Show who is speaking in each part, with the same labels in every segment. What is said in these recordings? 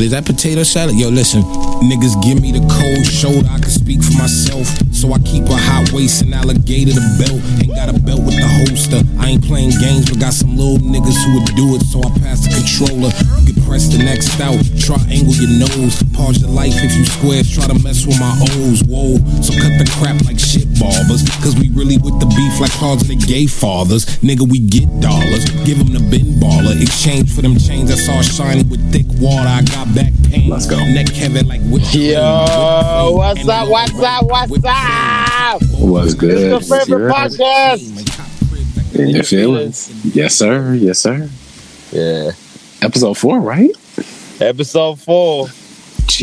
Speaker 1: Is that potato salad? Yo, listen, niggas give me the cold shoulder. I can speak for myself, so I keep a hot waist and alligator the belt. Ain't got a belt with the holster. I ain't playing games, but got some little niggas who would do it, so I pass the controller. You can press the next out, triangle your nose. Pause your life if you squares. Try to mess with my O's, whoa. So cut the crap like shit barbers, cause we really with the beef like closeted gay fathers. Nigga, we get dollars. Give them the bin baller. Exchange for them chains that's all shiny with thick water. I got back pain.
Speaker 2: Let's go.
Speaker 1: Neck heaven like whip.
Speaker 3: Yo, what's up? What's up? What's up?
Speaker 2: What's good?
Speaker 3: It's the favorite
Speaker 2: Yes, sir.
Speaker 3: podcast.
Speaker 2: In your feelings. Yes, sir. Yes, sir.
Speaker 3: Yeah.
Speaker 2: Episode four, right?
Speaker 3: Episode four.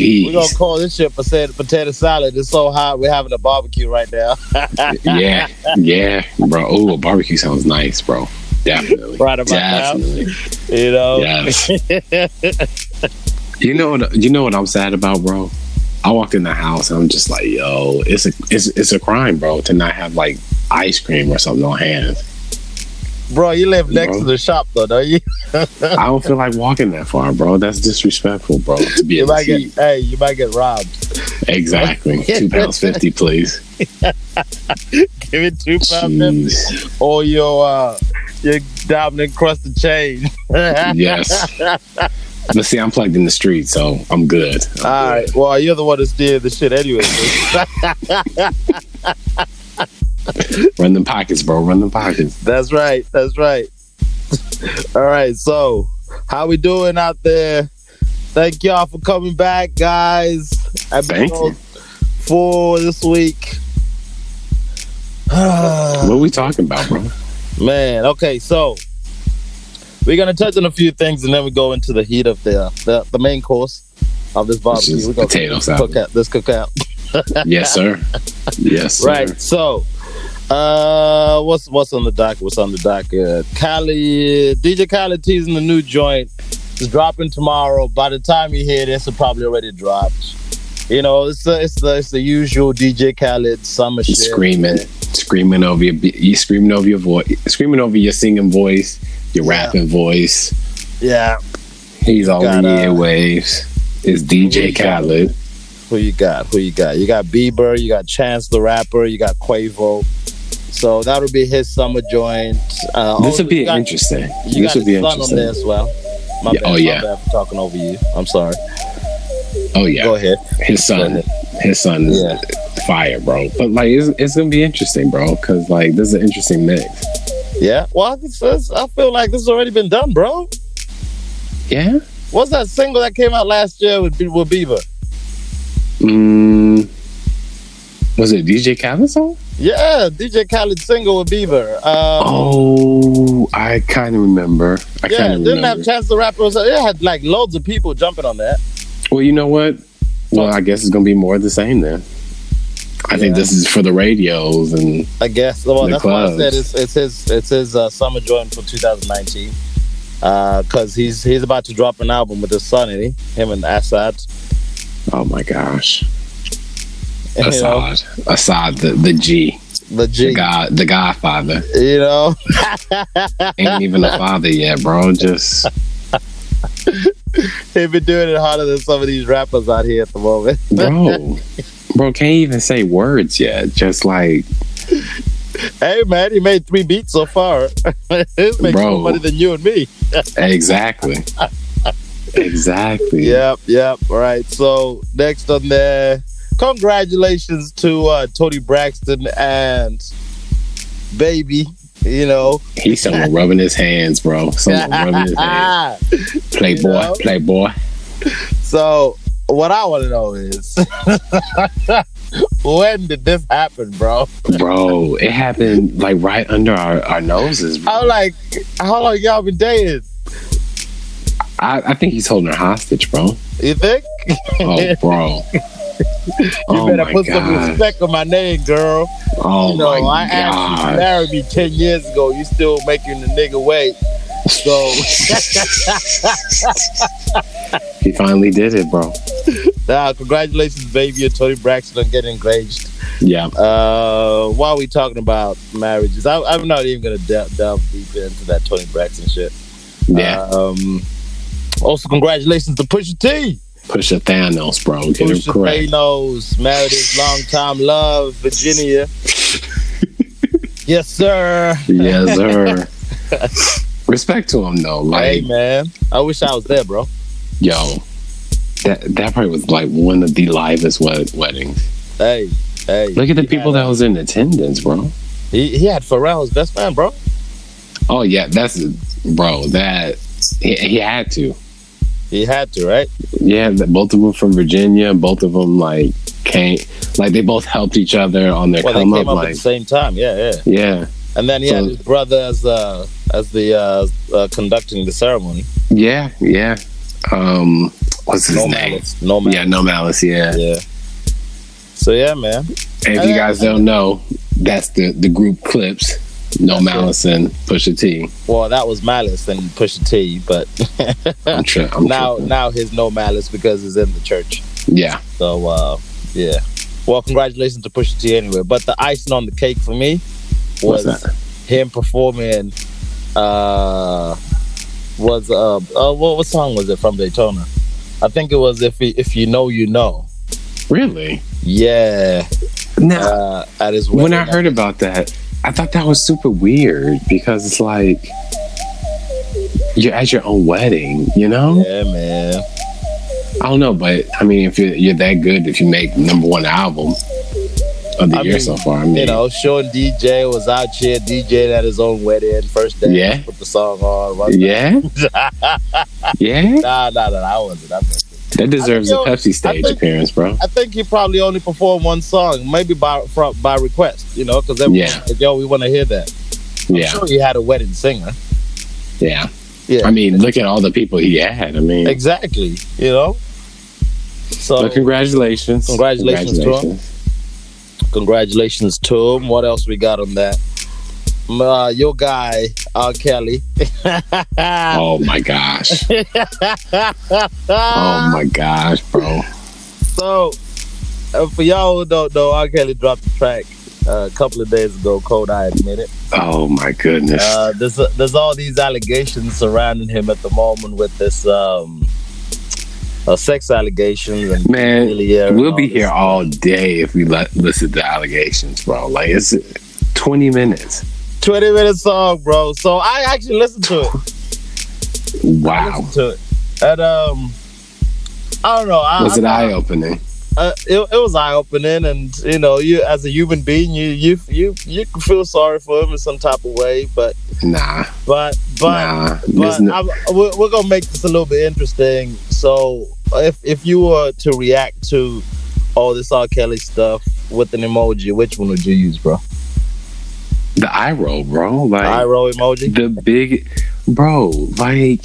Speaker 3: We're gonna
Speaker 2: Jeez.
Speaker 3: call this shit potato potato salad. It's so hot. We're having a barbecue right now.
Speaker 2: yeah, yeah, bro. Oh, barbecue sounds nice, bro. Definitely.
Speaker 3: Right about now.
Speaker 2: Definitely.
Speaker 3: You know.
Speaker 2: Yes. you know what? You know what I'm sad about, bro. I walked in the house and I'm just like, yo, it's a it's it's a crime, bro, to not have like ice cream or something on hand.
Speaker 3: Bro, you live next
Speaker 2: Bro.
Speaker 3: to the shop though, don't you?
Speaker 2: I don't feel like walking that far, bro. That's disrespectful, bro. To be
Speaker 3: You
Speaker 2: able
Speaker 3: might
Speaker 2: to
Speaker 3: get
Speaker 2: eat.
Speaker 3: hey, you might get robbed.
Speaker 2: exactly two pounds fifty, please.
Speaker 3: Give it two pounds fifty.
Speaker 2: Jeez.
Speaker 3: Or your uh your diamond crusted change.
Speaker 2: yes. But see, I'm plugged in the street, so I'm good. I'm
Speaker 3: All right. Well, you're the one that steered the shit anyway. so
Speaker 2: good. Run them pockets, bro. Run them pockets.
Speaker 3: that's right. That's right. All right. So, how we doing out there? Thank y'all for coming back, guys.
Speaker 2: Thank you.
Speaker 3: Episode four this week. Uh,
Speaker 2: What we talking about, bro?
Speaker 3: Man, okay, so we're gonna touch on a few things and then we go into the heat of the the, the main course of this barbecue.
Speaker 2: is
Speaker 3: We're gonna
Speaker 2: potato salad.
Speaker 3: cook out this cookout.
Speaker 2: yes, sir. Yes, sir.
Speaker 3: Right. So, uh, what's what's on the dock? What's on the dock? Uh, Cali, DJ Cali teasing the new joint. It's dropping tomorrow. By the time you hear this, it probably already dropped. You know, it's the it's the it's the usual DJ Khaled summer
Speaker 2: You
Speaker 3: shit.
Speaker 2: Screaming, screaming over your, be- you screaming over your voice, screaming over your singing voice, your
Speaker 3: Yeah.
Speaker 2: rapping voice.
Speaker 3: Yeah.
Speaker 2: He's all in
Speaker 3: Got,
Speaker 2: the
Speaker 3: uh,
Speaker 2: airwaves. It's
Speaker 3: who you
Speaker 2: DJ
Speaker 3: got?
Speaker 2: Khaled.
Speaker 3: Who you got? Who you got? You got Bieber, you got Chance the Rapper, you got Quavo. So that'll be his summer joint. Uh,
Speaker 2: This
Speaker 3: also,
Speaker 2: would be
Speaker 3: you got-
Speaker 2: interesting.
Speaker 3: You
Speaker 2: This
Speaker 3: got
Speaker 2: would be
Speaker 3: his son on
Speaker 2: interesting.
Speaker 3: there as well. My
Speaker 2: Yeah,
Speaker 3: bad,
Speaker 2: oh, yeah.
Speaker 3: my bad for talking over you. I'm sorry.
Speaker 2: Oh yeah,
Speaker 3: Go ahead.
Speaker 2: his son, his son is
Speaker 3: Yeah.
Speaker 2: fire, bro. But like, it's, it's gonna be interesting, bro, because like, this is an interesting mix.
Speaker 3: Yeah. Well, this is, I feel like this has already been done, bro.
Speaker 2: Yeah.
Speaker 3: What's that single that came out last year with Be- with Bieber?
Speaker 2: Mm, was it DJ Khaled song?
Speaker 3: Yeah, DJ Khaled single with Bieber. Um,
Speaker 2: Oh, I kind of remember. Oh, I
Speaker 3: yeah,
Speaker 2: kind
Speaker 3: didn't
Speaker 2: of remember.
Speaker 3: have Chance the Rapper. or something. It had like loads of people jumping on that.
Speaker 2: well, you know what? Well, I guess it's gonna be more of the same then. I think
Speaker 3: Yeah.
Speaker 2: this is for the radios and
Speaker 3: I guess. Well,
Speaker 2: The
Speaker 3: that's why I
Speaker 2: clubs.
Speaker 3: said it's, it's his it's his uh, summer joint for 2019. Because Uh, he's he's about to drop an album with his son, is he? Him and Assad.
Speaker 2: oh my gosh,
Speaker 3: You know,
Speaker 2: Assad, Assad, the, the G,
Speaker 3: the
Speaker 2: the
Speaker 3: G.
Speaker 2: God, the Godfather,
Speaker 3: You know,
Speaker 2: ain't even a father yet, bro. Just
Speaker 3: he been doing it harder than some of these rappers out here at the moment.
Speaker 2: bro, bro can't even say words yet. Just like
Speaker 3: Hey, man, he made three beats so far. He's making
Speaker 2: Bro.
Speaker 3: more money than you and me.
Speaker 2: exactly, exactly.
Speaker 3: Yep, yep. All right. So next on there, congratulations to uh, Tony Braxton and Baby. You know,
Speaker 2: He's someone rubbing his hands, bro. Someone rubbing his hands. Playboy,
Speaker 3: know?
Speaker 2: playboy.
Speaker 3: So what I want to know is when did this happen, bro?
Speaker 2: Bro, it happened like right under our, our noses, bro.
Speaker 3: I'm like, how long y'all been dating?
Speaker 2: I, I think he's holding her hostage, bro.
Speaker 3: You think?
Speaker 2: Oh, bro.
Speaker 3: You
Speaker 2: oh,
Speaker 3: better
Speaker 2: my
Speaker 3: put some
Speaker 2: God.
Speaker 3: respect on my name, girl.
Speaker 2: Oh,
Speaker 3: you know,
Speaker 2: my
Speaker 3: I asked you to
Speaker 2: God.
Speaker 3: marry me ten years ago. You still making the nigga wait. So
Speaker 2: He finally did it, bro.
Speaker 3: uh, congratulations, baby, and Tony Braxton on getting engaged.
Speaker 2: Yeah.
Speaker 3: Uh, while we talking about marriages, I, I'm not even gonna delve, delve deep into that Tony Braxton shit.
Speaker 2: Yeah.
Speaker 3: Um, also, congratulations to Pusha T.
Speaker 2: Pusha Thanos, bro. Get
Speaker 3: Pusha
Speaker 2: it correct.
Speaker 3: Thanos, married his longtime love, Virginia. yes, sir.
Speaker 2: yes, sir. Respect to him though.
Speaker 3: Hey,
Speaker 2: Like,
Speaker 3: man. I wish I was there, bro.
Speaker 2: yo, that that probably was like one of the livest wed- weddings.
Speaker 3: Hey, hey.
Speaker 2: Look at the
Speaker 3: He
Speaker 2: people
Speaker 3: had-
Speaker 2: that was in attendance, bro.
Speaker 3: he, he had Pharrell's best friend, bro.
Speaker 2: Oh yeah, that's bro. That he, he had to.
Speaker 3: He had to, right?
Speaker 2: Yeah, the, both of them from Virginia. Both of them like came, like they both helped each other on their
Speaker 3: Well, they
Speaker 2: come
Speaker 3: came
Speaker 2: up.
Speaker 3: up at
Speaker 2: Like,
Speaker 3: the same time. Yeah, yeah.
Speaker 2: yeah,
Speaker 3: And then he had
Speaker 2: So-
Speaker 3: his brother as uh, as the uh, uh, conducting the ceremony.
Speaker 2: yeah, yeah. Um, what's his
Speaker 3: No
Speaker 2: name?
Speaker 3: malice. No malice.
Speaker 2: Yeah, no malice. Yeah.
Speaker 3: Yeah. So yeah, man.
Speaker 2: And if you guys don't know, that's the the group clips. No
Speaker 3: That's
Speaker 2: malice and Pusha T.
Speaker 3: Well, that was malice and Pusha T, but
Speaker 2: I'm tri- I'm
Speaker 3: now
Speaker 2: tripping.
Speaker 3: now his no malice because he's in the church.
Speaker 2: yeah,
Speaker 3: So uh, yeah. Well, congratulations to Pusha T anyway. But the icing on the cake for me
Speaker 2: What's
Speaker 3: was him performing. Uh, was uh, uh what, what song was it from Daytona? I think it was if you, if you know you know.
Speaker 2: really.
Speaker 3: Yeah,
Speaker 2: Now,
Speaker 3: uh, at his
Speaker 2: when I
Speaker 3: wedding.
Speaker 2: heard about that, I thought that was super weird because it's like you're at your own wedding, you know?
Speaker 3: Yeah, man.
Speaker 2: I don't know, but I mean, if you're, you're that good, if you make number one album of the
Speaker 3: I
Speaker 2: year
Speaker 3: mean,
Speaker 2: so far, I mean,
Speaker 3: You know, Sean DJ was out here DJing at his own wedding, first day.
Speaker 2: Yeah.
Speaker 3: put the song on. One
Speaker 2: yeah, yeah,
Speaker 3: Nah, nah, nah, nah, I wasn't. I, wasn't.
Speaker 2: that deserves a
Speaker 3: yo,
Speaker 2: Pepsi stage
Speaker 3: think-
Speaker 2: appearance, bro.
Speaker 3: I think he probably only performed one song, maybe by from, by request, you know, because
Speaker 2: Yeah.
Speaker 3: like, yo, we want to hear that.
Speaker 2: Yeah,
Speaker 3: Sure, he had a wedding singer.
Speaker 2: yeah.
Speaker 3: Yeah,
Speaker 2: I mean, look at all the people he had. I mean,
Speaker 3: exactly. You know, so
Speaker 2: but congratulations,
Speaker 3: Congratulations to him.
Speaker 2: Congratulations.
Speaker 3: congratulations to him. What else we got on that? Um, Uh, your guy, R. Kelly.
Speaker 2: Oh my gosh, oh my gosh, bro.
Speaker 3: So, uh, for y'all who don't know, R. Kelly dropped the track uh, a couple of days ago. Cold, I admit it.
Speaker 2: Oh my goodness.
Speaker 3: Uh, there's there's all these allegations surrounding him at the moment with this um, uh, sex allegations and
Speaker 2: Man,
Speaker 3: Really, uh,
Speaker 2: we'll be
Speaker 3: all
Speaker 2: here
Speaker 3: this-
Speaker 2: all day if we let, listen to allegations, bro. Like it's 20 minutes.
Speaker 3: 20 minute song, bro. So I actually listened to it. I
Speaker 2: Wow,
Speaker 3: listened to it, and um, I don't know. I,
Speaker 2: was
Speaker 3: I-
Speaker 2: it eye opening?
Speaker 3: uh, it, it was eye opening, and you know, you as a human being, you you you you can feel sorry for him in some type of way, but
Speaker 2: Nah,
Speaker 3: but but.
Speaker 2: nah.
Speaker 3: But
Speaker 2: There's no-
Speaker 3: I'm, we're, we're gonna make this a little bit interesting. So, if if you were to react to all this R. Kelly stuff with an emoji, which one would you use, bro?
Speaker 2: the eye roll, bro. Like
Speaker 3: I roll emoji.
Speaker 2: the big, bro. Like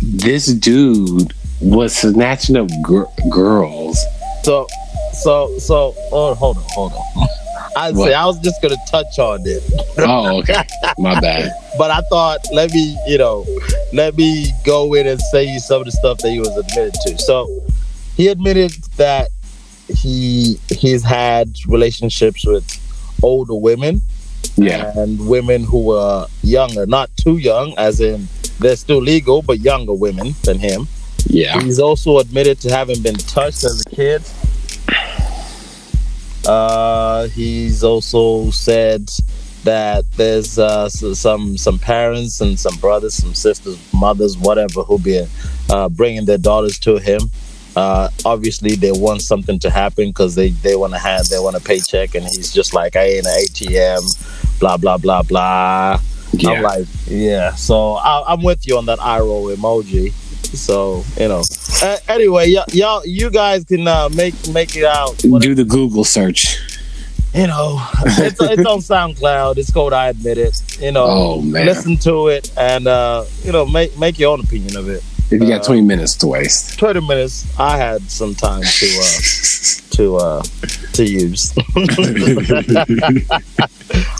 Speaker 2: this dude was snatching up gir- girls.
Speaker 3: So, so, so. Oh, hold on, hold on. I
Speaker 2: What?
Speaker 3: say I was just gonna touch on it,
Speaker 2: Oh, okay. My bad.
Speaker 3: but I thought let me, you know, let me go in and say some of the stuff that he was admitted to. So, he admitted that he he's had relationships with older women.
Speaker 2: Yeah,
Speaker 3: and women who were younger, not too young, as in they're still legal, but younger women than him.
Speaker 2: yeah.
Speaker 3: He's also admitted to having been touched as a kid. Uh, he's also said that there's uh, s- some some parents and some brothers, some sisters, mothers, whatever, who be uh, bringing their daughters to him. Uh, obviously, they want something to happen because they, they want to have they want a paycheck, and he's just like, I ain't an ATM, blah blah blah blah. I'm
Speaker 2: Yeah.
Speaker 3: like, yeah. So I, I'm with you on that eye roll emoji. So you know. Uh, anyway, y- y'all, you guys can uh, make make it out. What-
Speaker 2: Do the Google search.
Speaker 3: you know, it's, it's on SoundCloud. It's called I Admit It. You know,
Speaker 2: Oh man,
Speaker 3: listen to it and uh, you know make make your own opinion of it.
Speaker 2: if you got 20 minutes to waste.
Speaker 3: Twenty minutes. I had some time to uh, to uh, to use.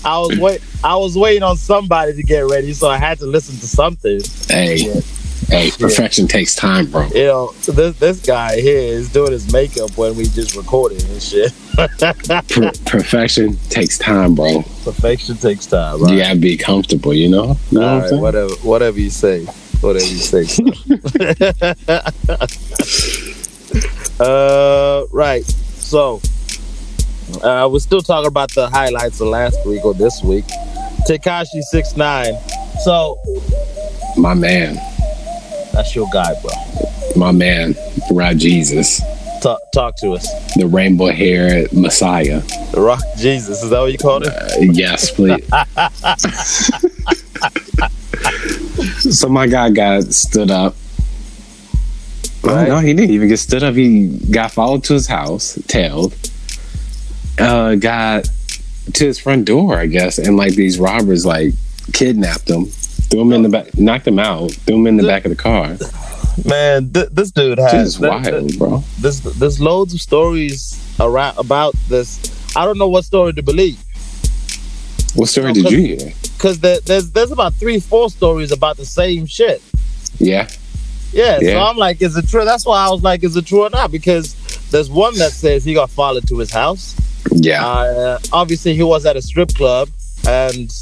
Speaker 3: I was wait I was waiting on somebody to get ready, so I had to listen to something.
Speaker 2: Hey,
Speaker 3: Yeah.
Speaker 2: hey, perfection takes time, bro.
Speaker 3: you know, this this guy here is doing his makeup when we just recorded and shit.
Speaker 2: Per- perfection takes time, bro.
Speaker 3: Perfection takes time, right?
Speaker 2: You gotta be comfortable, you know. You know
Speaker 3: All
Speaker 2: what I'm
Speaker 3: right,
Speaker 2: saying?
Speaker 3: whatever, whatever you say, whatever you say. son. Uh, right. So, uh, we're still talking about the highlights of last week or this week. Takashi six nine. So,
Speaker 2: My man,
Speaker 3: that's your guy, bro.
Speaker 2: my man, Rock Jesus,
Speaker 3: Talk, talk to us.
Speaker 2: the rainbow haired Messiah.
Speaker 3: Rock Jesus. Is that what you called it?
Speaker 2: Uh, yes, please. so my guy got stood up. Oh,
Speaker 3: Right.
Speaker 2: no, he didn't even get stood up. He got followed to his house, tailed, uh, got to his front door, I guess, and like these robbers like kidnapped him, threw him in the back, knocked him out, threw him in the back of the car.
Speaker 3: Man, th- this dude
Speaker 2: This
Speaker 3: has
Speaker 2: is
Speaker 3: th- th-
Speaker 2: wild, bro.
Speaker 3: There's there's loads of stories around about this. I don't know what story to believe
Speaker 2: What story did you hear?
Speaker 3: because there, there's there's about three four stories about the same shit.
Speaker 2: Yeah,
Speaker 3: Yeah, so
Speaker 2: Yeah.
Speaker 3: I'm like, is it true? That's why I was like, is it true or not? Because there's one that says he got followed to his house.
Speaker 2: yeah,
Speaker 3: Uh, obviously, he was at a strip club, and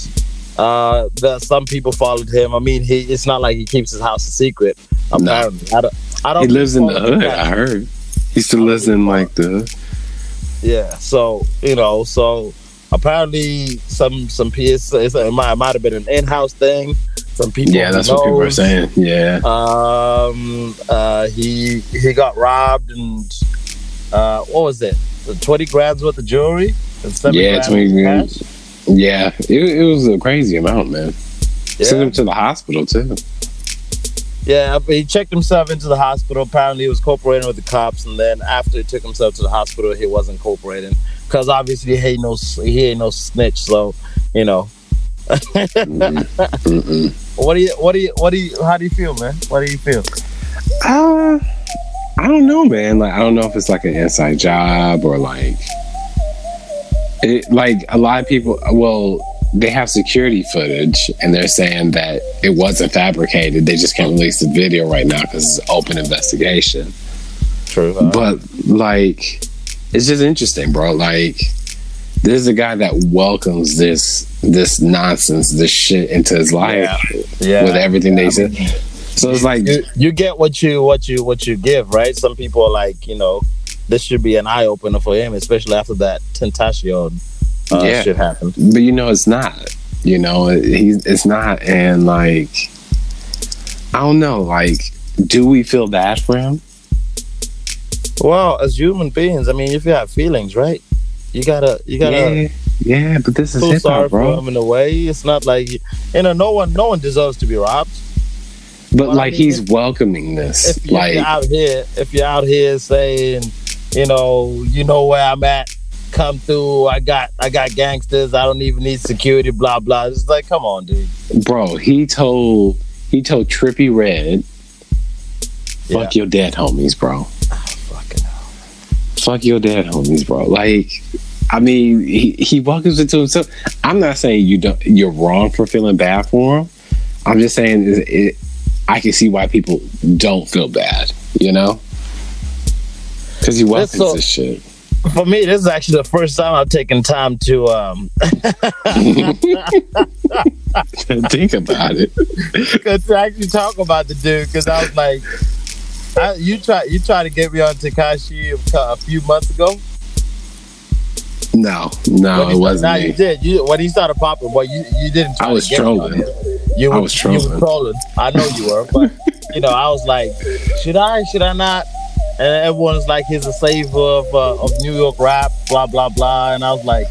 Speaker 3: uh, the, some people followed him. I mean, he it's not like he keeps his house a secret. Apparently, I don't. I don't
Speaker 2: he lives in the
Speaker 3: follow
Speaker 2: hood.
Speaker 3: that.
Speaker 2: I heard he
Speaker 3: uh,
Speaker 2: still lives in like the hood.
Speaker 3: Yeah. So you know, so apparently some some PS it's- it might, it might have been an in-house thing. Some people.
Speaker 2: Yeah, that's what people are
Speaker 3: knows.
Speaker 2: saying. Yeah,
Speaker 3: Um, uh, he he got robbed and uh, what was it? The Twenty grams worth of jewelry. And seven
Speaker 2: yeah,
Speaker 3: grams
Speaker 2: twenty
Speaker 3: of
Speaker 2: grams.
Speaker 3: cash?
Speaker 2: Yeah, it, it was a crazy amount, man. Sent
Speaker 3: Yeah.
Speaker 2: him to the hospital too.
Speaker 3: yeah, but he checked himself into the hospital. Apparently, he was cooperating with the cops, and then after he took himself to the hospital, he wasn't cooperating because obviously he ain't no he ain't no snitch. So you know,
Speaker 2: Mm-mm. Mm-mm.
Speaker 3: What do you? What do you? What do you? How do you feel, man? What do you feel?
Speaker 2: Uh, I don't know, man. Like, I don't know if it's like an inside job or like, it, like a lot of people. Well, they have security footage, and they're saying that it wasn't fabricated. They just can't release the video right now because it's an open investigation.
Speaker 3: True.
Speaker 2: but like it's just interesting bro like there's a guy that welcomes this this nonsense this shit into his life
Speaker 3: yeah.
Speaker 2: with everything
Speaker 3: I
Speaker 2: they said so it's like
Speaker 3: You, you get what you what you what you give, right? Some people are like, you know, this should be an eye opener for him, especially after that Tentacion uh,
Speaker 2: Yeah.
Speaker 3: shit happened.
Speaker 2: but you know it's not you know it- he's it's not and like i don't know like do we feel bad for him
Speaker 3: Well, as human beings, I mean, if you have feelings, right? You gotta you gotta
Speaker 2: yeah yeah but this is
Speaker 3: feel sorry
Speaker 2: hip-hop
Speaker 3: for
Speaker 2: bro
Speaker 3: him in a way. It's not like you know, no one no one deserves to be robbed.
Speaker 2: but
Speaker 3: Well, I
Speaker 2: like
Speaker 3: mean,
Speaker 2: he's welcoming this
Speaker 3: if you- if
Speaker 2: like
Speaker 3: you're out here, if you're out here saying, you know, you know where I'm at, come through. I got, I got gangsters. I don't even need security. Blah blah. It's like, come on, dude.
Speaker 2: bro he told he told trippy red fuck your dead homies bro
Speaker 3: Fucking hell.
Speaker 2: fuck your dad homies bro like i mean he, he welcomes it to himself i'm not saying you don't you're wrong for feeling bad for him i'm just saying it, it, i can see why people don't feel bad you know because he welcomes
Speaker 3: so-
Speaker 2: this shit
Speaker 3: For me, this is actually the first time I've taken time to um
Speaker 2: think about it
Speaker 3: to actually talk about the dude because I was like, I, you try, you tried to get me on Takashi a, cou- a few months ago.
Speaker 2: no
Speaker 3: When
Speaker 2: no it
Speaker 3: he started-
Speaker 2: wasn't
Speaker 3: Nah,
Speaker 2: me
Speaker 3: you did. You when he started popping, well, you you didn't. try
Speaker 2: i
Speaker 3: to
Speaker 2: was
Speaker 3: get me on
Speaker 2: trolling
Speaker 3: it. You
Speaker 2: I
Speaker 3: were-
Speaker 2: was
Speaker 3: You were
Speaker 2: trolling.
Speaker 3: trolling. I know you were, but you know, I was like, should I? Should I not? And everyone's like, he's a savior of uh, of New York rap, blah blah blah. And I was like,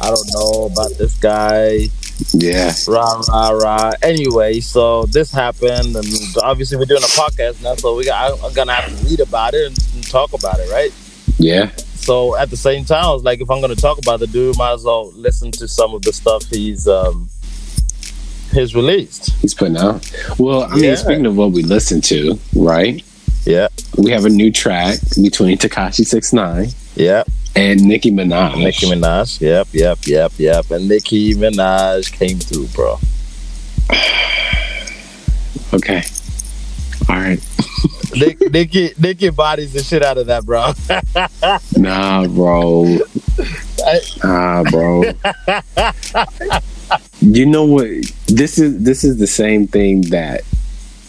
Speaker 3: I don't know about this guy,
Speaker 2: yeah
Speaker 3: rah rah rah. Anyway, so this happened, and obviously we're doing a podcast now, so we got I'm gonna have to read about it and, and talk about it, right?
Speaker 2: yeah
Speaker 3: So at the same time, I was like, if I'm gonna talk about the dude, might as well listen to some of the stuff he's um he's released.
Speaker 2: he's putting out well i mean
Speaker 3: Yeah.
Speaker 2: speaking of what we listen to right
Speaker 3: Yeah,
Speaker 2: we have a new track between takashi 69
Speaker 3: yeah.
Speaker 2: and nicki minaj
Speaker 3: Nicki Minaj. Yep, yep, yep, yep. And Nicki Minaj came through, bro.
Speaker 2: Okay. All right.
Speaker 3: Nick, Nicki, Nicki bodies the shit out of that, bro.
Speaker 2: Nah, bro.
Speaker 3: I-
Speaker 2: Nah, bro. you know what? This is this is the same thing that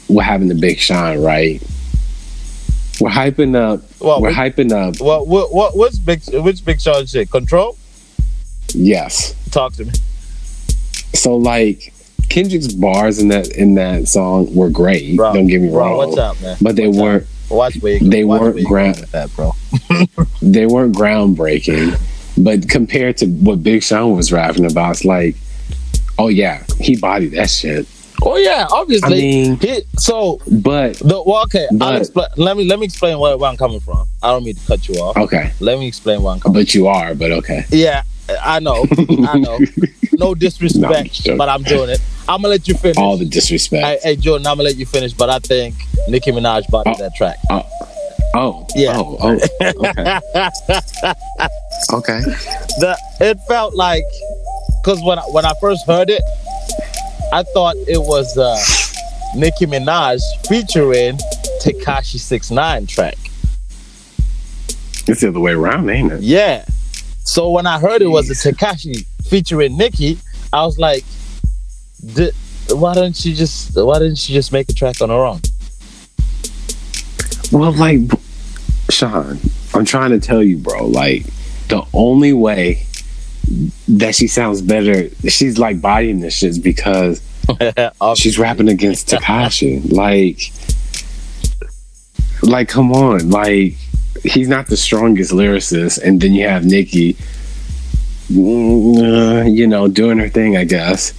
Speaker 2: what happened to Big Sean, right? We're hyping up.
Speaker 3: Well,
Speaker 2: we're
Speaker 3: we-
Speaker 2: hyping up.
Speaker 3: What what what what's big? Which big Sean shit? Control?
Speaker 2: Yes.
Speaker 3: Talk to me.
Speaker 2: So like Kendrick's bars in that in that song were great.
Speaker 3: Bro,
Speaker 2: don't get me
Speaker 3: Bro,
Speaker 2: wrong.
Speaker 3: what's up, man?
Speaker 2: But they
Speaker 3: What's up?
Speaker 2: weren't
Speaker 3: Watch where you
Speaker 2: they
Speaker 3: watch
Speaker 2: weren't
Speaker 3: where you
Speaker 2: gra-
Speaker 3: going with that, bro.
Speaker 2: they weren't groundbreaking. But compared to what Big Sean was rapping about, it's like, oh yeah, he bodied that shit.
Speaker 3: Oh yeah, obviously.
Speaker 2: I mean-
Speaker 3: He- so
Speaker 2: But
Speaker 3: the well, okay. I'll
Speaker 2: But-
Speaker 3: explain. Let me let me explain where, where I'm coming from. I don't mean to cut you off.
Speaker 2: okay,
Speaker 3: Let me explain where I'm coming.
Speaker 2: but you are. But okay,
Speaker 3: Yeah, I know. I know. No
Speaker 2: No, I'm
Speaker 3: disrespect,
Speaker 2: joking.
Speaker 3: but I'm doing it. I'm gonna let you finish.
Speaker 2: all the disrespect.
Speaker 3: Hey, hey, Jordan, I'm gonna let you finish, but I think Nicki Minaj bought
Speaker 2: Oh.
Speaker 3: that track.
Speaker 2: oh,
Speaker 3: Yeah.
Speaker 2: Oh, oh, okay, okay.
Speaker 3: The it felt like because when I, when I first heard it, I thought it was uh, Nicki Minaj featuring Takashi Six Nine track.
Speaker 2: It's the other way around, ain't it?
Speaker 3: Yeah. So when I heard it was a Takashi featuring Nicki, I was like, "D- why didn't she just why didn't she just make a track on her own?
Speaker 2: Well, like, Sean, I'm trying to tell you, bro. Like, the only way that she sounds better, she's like bodying this shit, is because
Speaker 3: Obviously.
Speaker 2: she's rapping against Takashi. like, like, come on, like, he's not the strongest lyricist, and then you have Nikki, mm, uh, you know, doing her thing, I guess.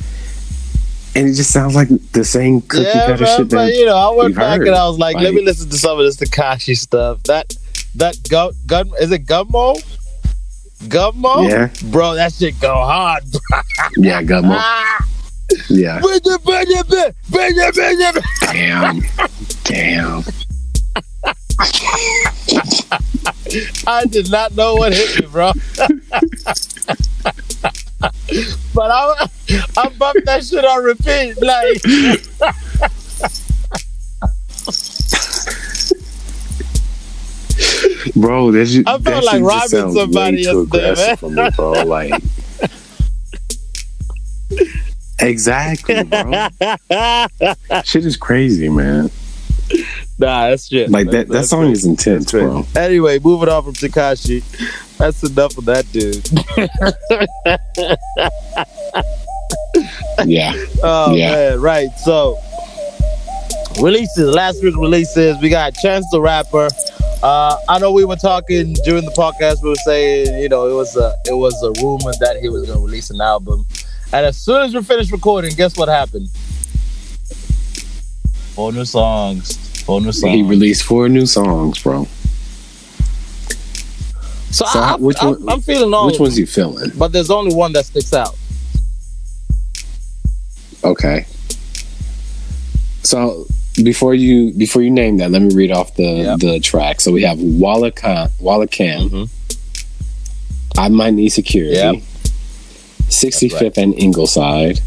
Speaker 2: And it just sounds like the same cookie
Speaker 3: yeah,
Speaker 2: cutter
Speaker 3: bro,
Speaker 2: shit.
Speaker 3: but
Speaker 2: that-
Speaker 3: you know, I went
Speaker 2: you've
Speaker 3: back
Speaker 2: heard.
Speaker 3: and I was like, let me
Speaker 2: Like-
Speaker 3: listen to some of this Takashi stuff. That that gun gun is it Gummo? Gummo?
Speaker 2: Yeah.
Speaker 3: Bro, that shit go hard. bro.
Speaker 2: yeah, Gummo.
Speaker 3: Ah!
Speaker 2: Yeah.
Speaker 3: Bring it, bring it, bring it, bring it, bring it.
Speaker 2: Damn. Damn.
Speaker 3: I did not know what hit me, bro. but I, I bumped that shit on repeat. Like,
Speaker 2: Bro, that shit,
Speaker 3: I felt
Speaker 2: that
Speaker 3: like
Speaker 2: shit
Speaker 3: robbing
Speaker 2: just sounds
Speaker 3: somebody
Speaker 2: way too
Speaker 3: yesterday, man.
Speaker 2: aggressive for me, bro. Like, exactly, bro.
Speaker 3: nah,
Speaker 2: shit is crazy, man.
Speaker 3: that's shit.
Speaker 2: Like that. That song is intense, bro.
Speaker 3: Anyway, moving on from Takashi. That's enough of that dude.
Speaker 2: Yeah.
Speaker 3: Oh
Speaker 2: Yeah.
Speaker 3: man, right. So releases, last week releases, we got Chance the Rapper. Uh, I know we were talking during the podcast, we were saying, you know, it was a it was a rumor that he was gonna release an album. And as soon as we finished recording, guess what happened? Four new songs. Four new songs.
Speaker 2: He released four new songs, bro.
Speaker 3: so
Speaker 2: so
Speaker 3: I,
Speaker 2: how-
Speaker 3: am
Speaker 2: which
Speaker 3: I'm,
Speaker 2: one-
Speaker 3: I'm feeling all
Speaker 2: Which one's you feeling?
Speaker 3: but there's only one that sticks out.
Speaker 2: Okay. So before you before you name that, let me read off the
Speaker 3: Yeah.
Speaker 2: the track. So we have Walla Khan, Walla Cam,
Speaker 3: Mm-hmm.
Speaker 2: I Might Need Security,
Speaker 3: Yep.
Speaker 2: 65th and Ingleside,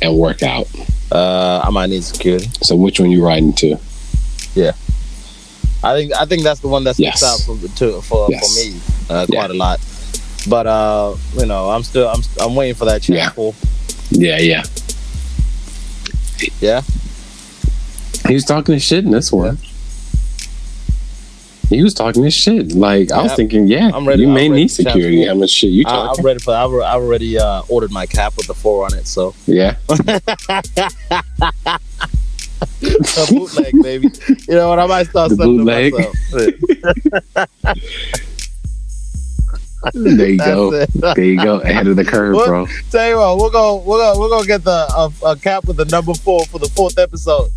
Speaker 2: and Workout.
Speaker 3: Uh, I might need security.
Speaker 2: So which one you riding to?
Speaker 3: I think I think that's the one that sticks
Speaker 2: Yes.
Speaker 3: out for to, for,
Speaker 2: Yes.
Speaker 3: for me uh,
Speaker 2: Yeah.
Speaker 3: quite a lot. But uh, you know, I'm still I'm I'm waiting for that
Speaker 2: Yeah.
Speaker 3: chapel.
Speaker 2: Yeah, yeah.
Speaker 3: Yeah.
Speaker 2: He was talking his shit in this one. He was talking his shit. Like I was
Speaker 3: Yeah.
Speaker 2: thinking, yeah,
Speaker 3: I'm ready-
Speaker 2: you
Speaker 3: I'm
Speaker 2: may
Speaker 3: ready
Speaker 2: need
Speaker 3: to chance
Speaker 2: security.
Speaker 3: fool.
Speaker 2: How much shit you
Speaker 3: I,
Speaker 2: talking?
Speaker 3: I'm ready for. I've, al- I've already uh, ordered my cap with the four on it, so
Speaker 2: yeah.
Speaker 3: a bootleg, baby. You know what? I might start
Speaker 2: The
Speaker 3: selling them
Speaker 2: bootleg.
Speaker 3: myself.
Speaker 2: There you
Speaker 3: That's
Speaker 2: go.
Speaker 3: it.
Speaker 2: There you go. Ahead of the curve,
Speaker 3: What?
Speaker 2: bro.
Speaker 3: Tell you what, we're gonna we're gonna we're gonna get the a, a cap with the number four for the fourth episode.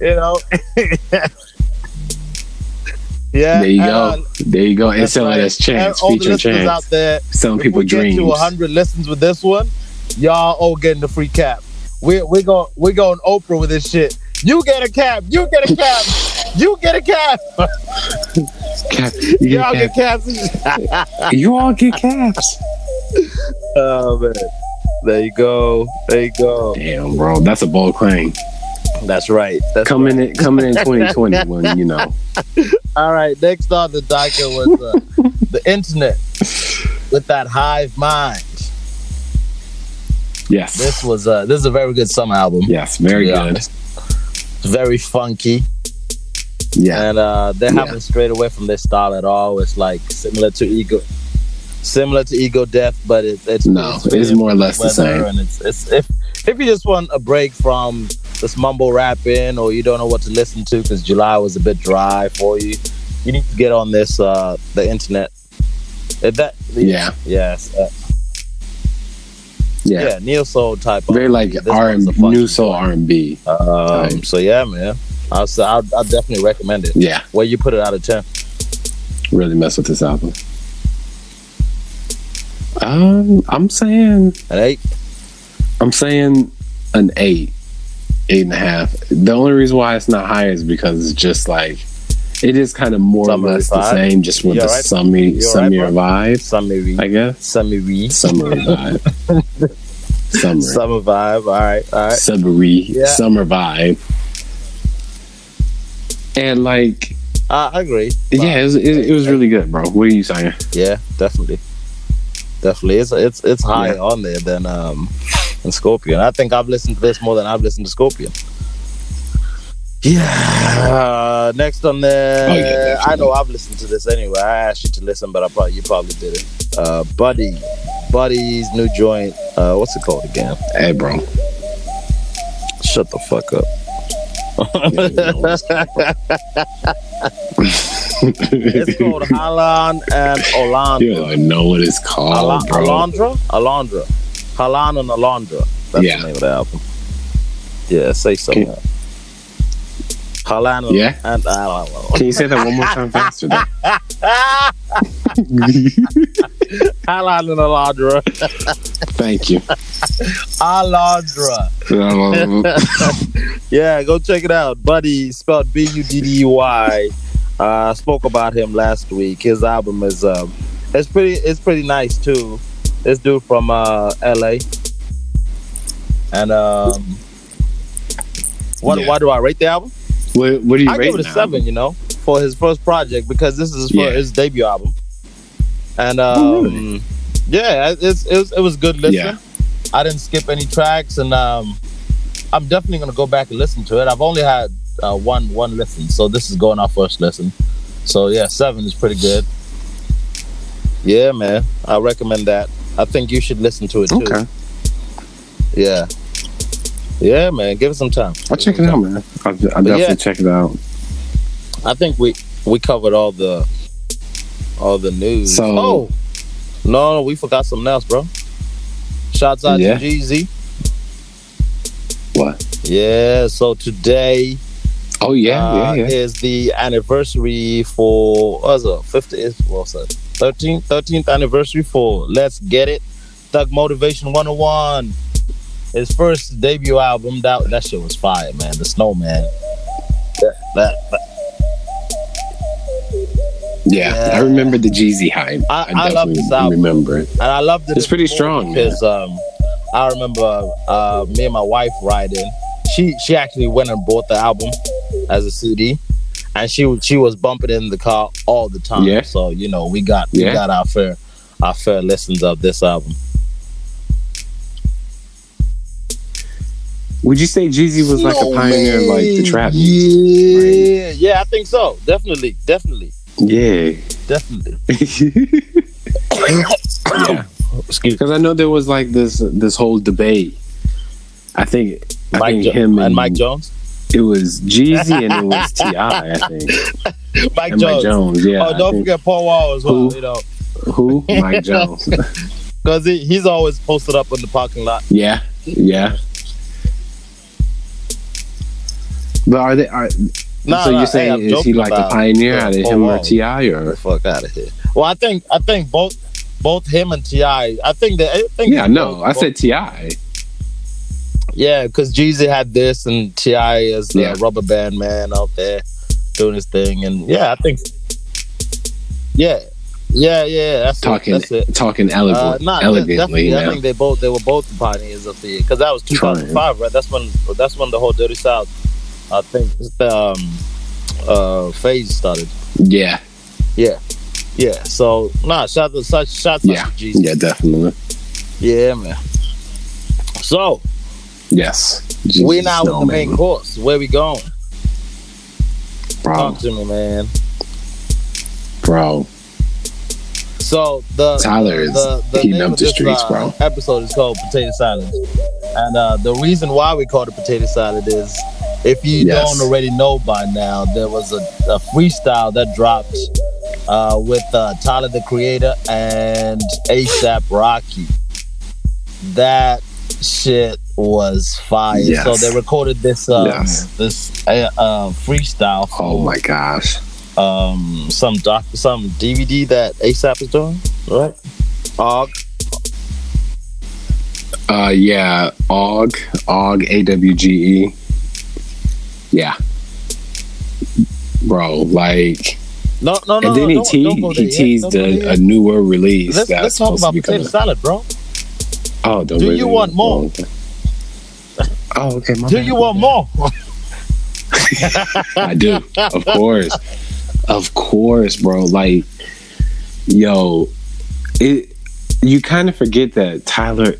Speaker 3: You know. yeah.
Speaker 2: There you
Speaker 3: and, uh,
Speaker 2: go. There you go. And
Speaker 3: that's
Speaker 2: so
Speaker 3: right.
Speaker 2: that's chance,
Speaker 3: And all the
Speaker 2: featuring
Speaker 3: listeners out
Speaker 2: chance.
Speaker 3: there.
Speaker 2: Some
Speaker 3: If
Speaker 2: people
Speaker 3: we get to
Speaker 2: dreams.
Speaker 3: 100 listens with this one, y'all all getting the free cap. We're we going we're going Oprah with this shit. You get a cap. You get a cap. you get a cap.
Speaker 2: Cap- you,
Speaker 3: Y'all
Speaker 2: get
Speaker 3: get
Speaker 2: caps.
Speaker 3: caps.
Speaker 2: you all get caps.
Speaker 3: oh man. There you go. There you go.
Speaker 2: Damn, bro. That's a bold claim.
Speaker 3: That's right. That's
Speaker 2: Coming in coming in twenty twenty when you know.
Speaker 3: All right. Next on the docket was uh, the internet with that hive mind.
Speaker 2: Yes.
Speaker 3: This was uh this is a very good summer album.
Speaker 2: yes, very
Speaker 3: Yeah.
Speaker 2: good.
Speaker 3: It's very funky.
Speaker 2: Yeah.
Speaker 3: and uh, they
Speaker 2: Yeah.
Speaker 3: haven't strayed away from their style at all. It's like similar to ego, similar to ego death, but it, it's
Speaker 2: No, it's
Speaker 3: really
Speaker 2: more or less the
Speaker 3: weather
Speaker 2: same.
Speaker 3: And it's, it's if if you just want a break from this mumble rapping, or you don't know what to listen to because July was a bit dry for you, you need to get on this uh, the internet. If that
Speaker 2: Yeah.
Speaker 3: yes uh,
Speaker 2: Yeah.
Speaker 3: yeah, neo soul type
Speaker 2: Very
Speaker 3: of-
Speaker 2: like
Speaker 3: this
Speaker 2: R
Speaker 3: one's a funky
Speaker 2: new soul R and B.
Speaker 3: um,
Speaker 2: type.
Speaker 3: so yeah man I'll, s- I'll, I'll definitely recommend it
Speaker 2: Yeah.
Speaker 3: where you put it out of 10
Speaker 2: Really mess with this album. Um, I'm saying
Speaker 3: an 8
Speaker 2: I'm saying an eight, eight and a half. The only reason why it's not higher is because it's just like it is kind of more or
Speaker 3: Summary
Speaker 2: less the
Speaker 3: vibe.
Speaker 2: same, just with
Speaker 3: You
Speaker 2: the
Speaker 3: alright?
Speaker 2: summy
Speaker 3: You
Speaker 2: summer vibe,
Speaker 3: summary
Speaker 2: I guess.
Speaker 3: summary
Speaker 2: Summer vibe. summer.
Speaker 3: summer vibe all right all right
Speaker 2: Summery.
Speaker 3: Yeah.
Speaker 2: Summer vibe. And like,
Speaker 3: i I agree
Speaker 2: yeah, it was, it, it was really good, bro. What are you saying?
Speaker 3: yeah definitely definitely it's it's it's higher on there than um than scorpion i think i've listened to this more than i've listened to scorpion yeah uh, next on there
Speaker 2: Oh, yeah,
Speaker 3: i know i've listened to this anyway i asked you to listen but i probably you probably didn't uh buddy buddy's new joint uh what's it called again
Speaker 2: Hey, bro.
Speaker 3: shut the fuck up it's called Halan and Olan.
Speaker 2: you don't even know what it's
Speaker 3: Ala-
Speaker 2: called, bro.
Speaker 3: Alondra? Alondra. Halan and Alondra. That's
Speaker 2: Yeah.
Speaker 3: the name of the album. Yeah, say something. Halan and,
Speaker 2: Yeah?
Speaker 3: and uh, Alondra.
Speaker 2: Can you say that one more time faster? though?
Speaker 3: Halan and Alondra.
Speaker 2: Thank you.
Speaker 3: Alondra.
Speaker 2: Um,
Speaker 3: Yeah, go check it out. Buddy, spelled B U D D Y. Uh, spoke about him last week. His album is um, it's pretty it's pretty nice too. This dude from uh, L.A. And um, what
Speaker 2: Yeah.
Speaker 3: what do I rate the album?
Speaker 2: what, what do you
Speaker 3: I
Speaker 2: rate
Speaker 3: give it a
Speaker 2: now?
Speaker 3: seven, you know, for his first project because this is for
Speaker 2: Yeah.
Speaker 3: his debut album. And um,
Speaker 2: Oh,
Speaker 3: yeah, it's, it was it was good listening.
Speaker 2: Yeah.
Speaker 3: I didn't skip any tracks, and um, I'm definitely gonna go back and listen to it. I've only had uh, one one listen, so this is going our first listen. So yeah, seven is pretty good. Yeah, man, I recommend that. I think you should listen to it too.
Speaker 2: Okay.
Speaker 3: Yeah, yeah, man, give it some time.
Speaker 2: I'll check it out, man. I'll, I'll definitely
Speaker 3: yeah.
Speaker 2: check it out.
Speaker 3: I think we we covered all the all the news.
Speaker 2: So-
Speaker 3: oh no, no, we forgot something else, bro. Shouts out
Speaker 2: Yeah.
Speaker 3: to Jeezy.
Speaker 2: What?
Speaker 3: Yeah, so today
Speaker 2: Oh, yeah,
Speaker 3: uh,
Speaker 2: yeah, yeah.
Speaker 3: is the anniversary for what's it? Fifty is what's it? 13th, 13th anniversary for Let's Get It. Thug Motivation 101. His first debut album. That that shit was fire, man. The Snowman. That- that
Speaker 2: Yeah, I
Speaker 3: yeah.
Speaker 2: remember the Jeezy hype.
Speaker 3: I- I love this album.
Speaker 2: remember it.
Speaker 3: And I loved it.
Speaker 2: It's pretty
Speaker 3: even more
Speaker 2: strong, man.
Speaker 3: because um, I remember uh, me and my wife riding. She she actually went and bought the album as a CD, and she was- she was bumping it in the car all the time.
Speaker 2: Yeah.
Speaker 3: So you know we got
Speaker 2: Yeah.
Speaker 3: we got our fair our fair listens of this album.
Speaker 2: Would you say Jeezy was like a pioneer of like the trap? music?
Speaker 3: Yeah, yeah, I think so. Definitely, definitely,
Speaker 2: Yeah.
Speaker 3: definitely.
Speaker 2: yeah.
Speaker 3: Excuse me.
Speaker 2: Because I know there was like this this whole debate. I think I
Speaker 3: Mike
Speaker 2: think
Speaker 3: Jo-
Speaker 2: him and,
Speaker 3: and Mike Jones.
Speaker 2: It was Jeezy and it was Ti. I think
Speaker 3: Mike
Speaker 2: and Mike
Speaker 3: Jones.
Speaker 2: Jones. Yeah.
Speaker 3: oh,
Speaker 2: I
Speaker 3: don't
Speaker 2: think-
Speaker 3: forget Paul Wall as well.
Speaker 2: Who?
Speaker 3: You know,
Speaker 2: who? Mike Jones.
Speaker 3: because he, he's always posted up in the parking lot.
Speaker 2: yeah. Yeah. But are they? Are,
Speaker 3: Nah,
Speaker 2: so you're
Speaker 3: nah, hey, I'm
Speaker 2: saying is he
Speaker 3: joking
Speaker 2: like the
Speaker 3: about-
Speaker 2: pioneer
Speaker 3: yeah,
Speaker 2: out of
Speaker 3: Paul
Speaker 2: him or
Speaker 3: Wall.
Speaker 2: Ti or?
Speaker 3: the fuck out of here. Well, I think I think both both him and Ti. I think that I think
Speaker 2: Yeah,
Speaker 3: they
Speaker 2: no,
Speaker 3: both-
Speaker 2: I
Speaker 3: both-
Speaker 2: said Ti.
Speaker 3: yeah, because Jeezy had this and Ti is the
Speaker 2: Yeah.
Speaker 3: rubber band man out there doing his thing, and yeah, I think yeah, yeah, yeah. That's
Speaker 2: Talking,
Speaker 3: It, that's it.
Speaker 2: talking
Speaker 3: Uh,
Speaker 2: elegant,
Speaker 3: nah,
Speaker 2: elegantly.
Speaker 3: definitely. I
Speaker 2: now.
Speaker 3: think they both they were both the pioneers of the because that was
Speaker 2: Trying.
Speaker 3: 2005, right? That's when that's when the whole Dirty South, I think, um, uh, phase started.
Speaker 2: yeah,
Speaker 3: Yeah, so nah, shout out, shout, shout out
Speaker 2: yeah,
Speaker 3: to Jeezy.
Speaker 2: yeah, definitely.
Speaker 3: Yeah, man. So
Speaker 2: Yes,
Speaker 3: we're
Speaker 2: Jesus,
Speaker 3: now
Speaker 2: no,
Speaker 3: in the
Speaker 2: man.
Speaker 3: main course. Where we going?
Speaker 2: bro,
Speaker 3: Talk to me, man.
Speaker 2: bro.
Speaker 3: So the
Speaker 2: Tyler is
Speaker 3: the, the
Speaker 2: heating
Speaker 3: name
Speaker 2: up
Speaker 3: of
Speaker 2: the
Speaker 3: this, uh,
Speaker 2: streets, bro.
Speaker 3: Episode is called Potato Salad, and uh, the reason why we call it potato salad is if you
Speaker 2: Yes.
Speaker 3: don't already know by now, there was a, a freestyle that dropped uh, with uh, Tyler the Creator and ASAP Rocky. That shit was fire.
Speaker 2: Yes.
Speaker 3: So they recorded this um,
Speaker 2: Yes.
Speaker 3: this uh, uh, freestyle.
Speaker 2: Oh my gosh.
Speaker 3: um some doc some DVD that ASAP is doing, right? Og.
Speaker 2: Uh, yeah, Og, Og, A W G E. Yeah, bro. Like,
Speaker 3: No, no, no.
Speaker 2: and then
Speaker 3: no,
Speaker 2: he
Speaker 3: don't, don't go
Speaker 2: teased,
Speaker 3: there
Speaker 2: he
Speaker 3: yet.
Speaker 2: teased
Speaker 3: Don't go
Speaker 2: a,
Speaker 3: there
Speaker 2: a
Speaker 3: yet.
Speaker 2: newer release
Speaker 3: Let's,
Speaker 2: that's
Speaker 3: let's talk
Speaker 2: supposed
Speaker 3: about
Speaker 2: to be
Speaker 3: potato
Speaker 2: coming.
Speaker 3: salad, bro.
Speaker 2: Oh, don't
Speaker 3: Do
Speaker 2: really
Speaker 3: you want more?
Speaker 2: oh, okay. Oh, okay. my
Speaker 3: Do
Speaker 2: bad,
Speaker 3: you
Speaker 2: my
Speaker 3: want
Speaker 2: bad.
Speaker 3: more?
Speaker 2: I do. Of course. Of course, bro. Like, yo, it you kind of forget that Tyler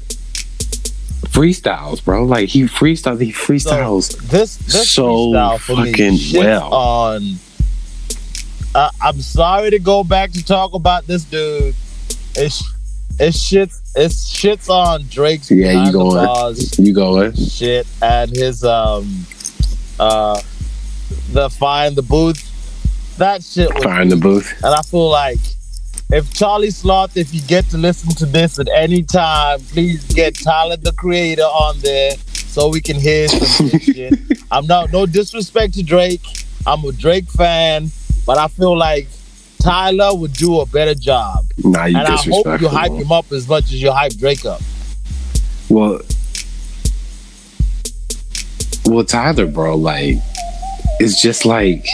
Speaker 2: freestyles, bro. Like he freestyles, he freestyles.
Speaker 3: This this
Speaker 2: So
Speaker 3: freestyle for
Speaker 2: fucking
Speaker 3: me shits
Speaker 2: well.
Speaker 3: on. I I'm sorry to go back to talk about this dude. It's it shits it shits on Drake's
Speaker 2: Yeah, you
Speaker 3: behind the
Speaker 2: going.
Speaker 3: bars
Speaker 2: you going?
Speaker 3: shit at his um uh the find the booth. That shit was
Speaker 2: Fire in the booth.
Speaker 3: And I feel like if Charlie Sloth, if you get to listen to this at any time, please get Tyler the Creator on there so we can hear some good shit. I'm not no disrespect to Drake. I'm a Drake fan, but I feel like Tyler would do a better job.
Speaker 2: Nah, you
Speaker 3: and I hope you
Speaker 2: disrespectful.
Speaker 3: hype him up as much as you hype Drake up.
Speaker 2: Well, well, Tyler, bro, like it's just like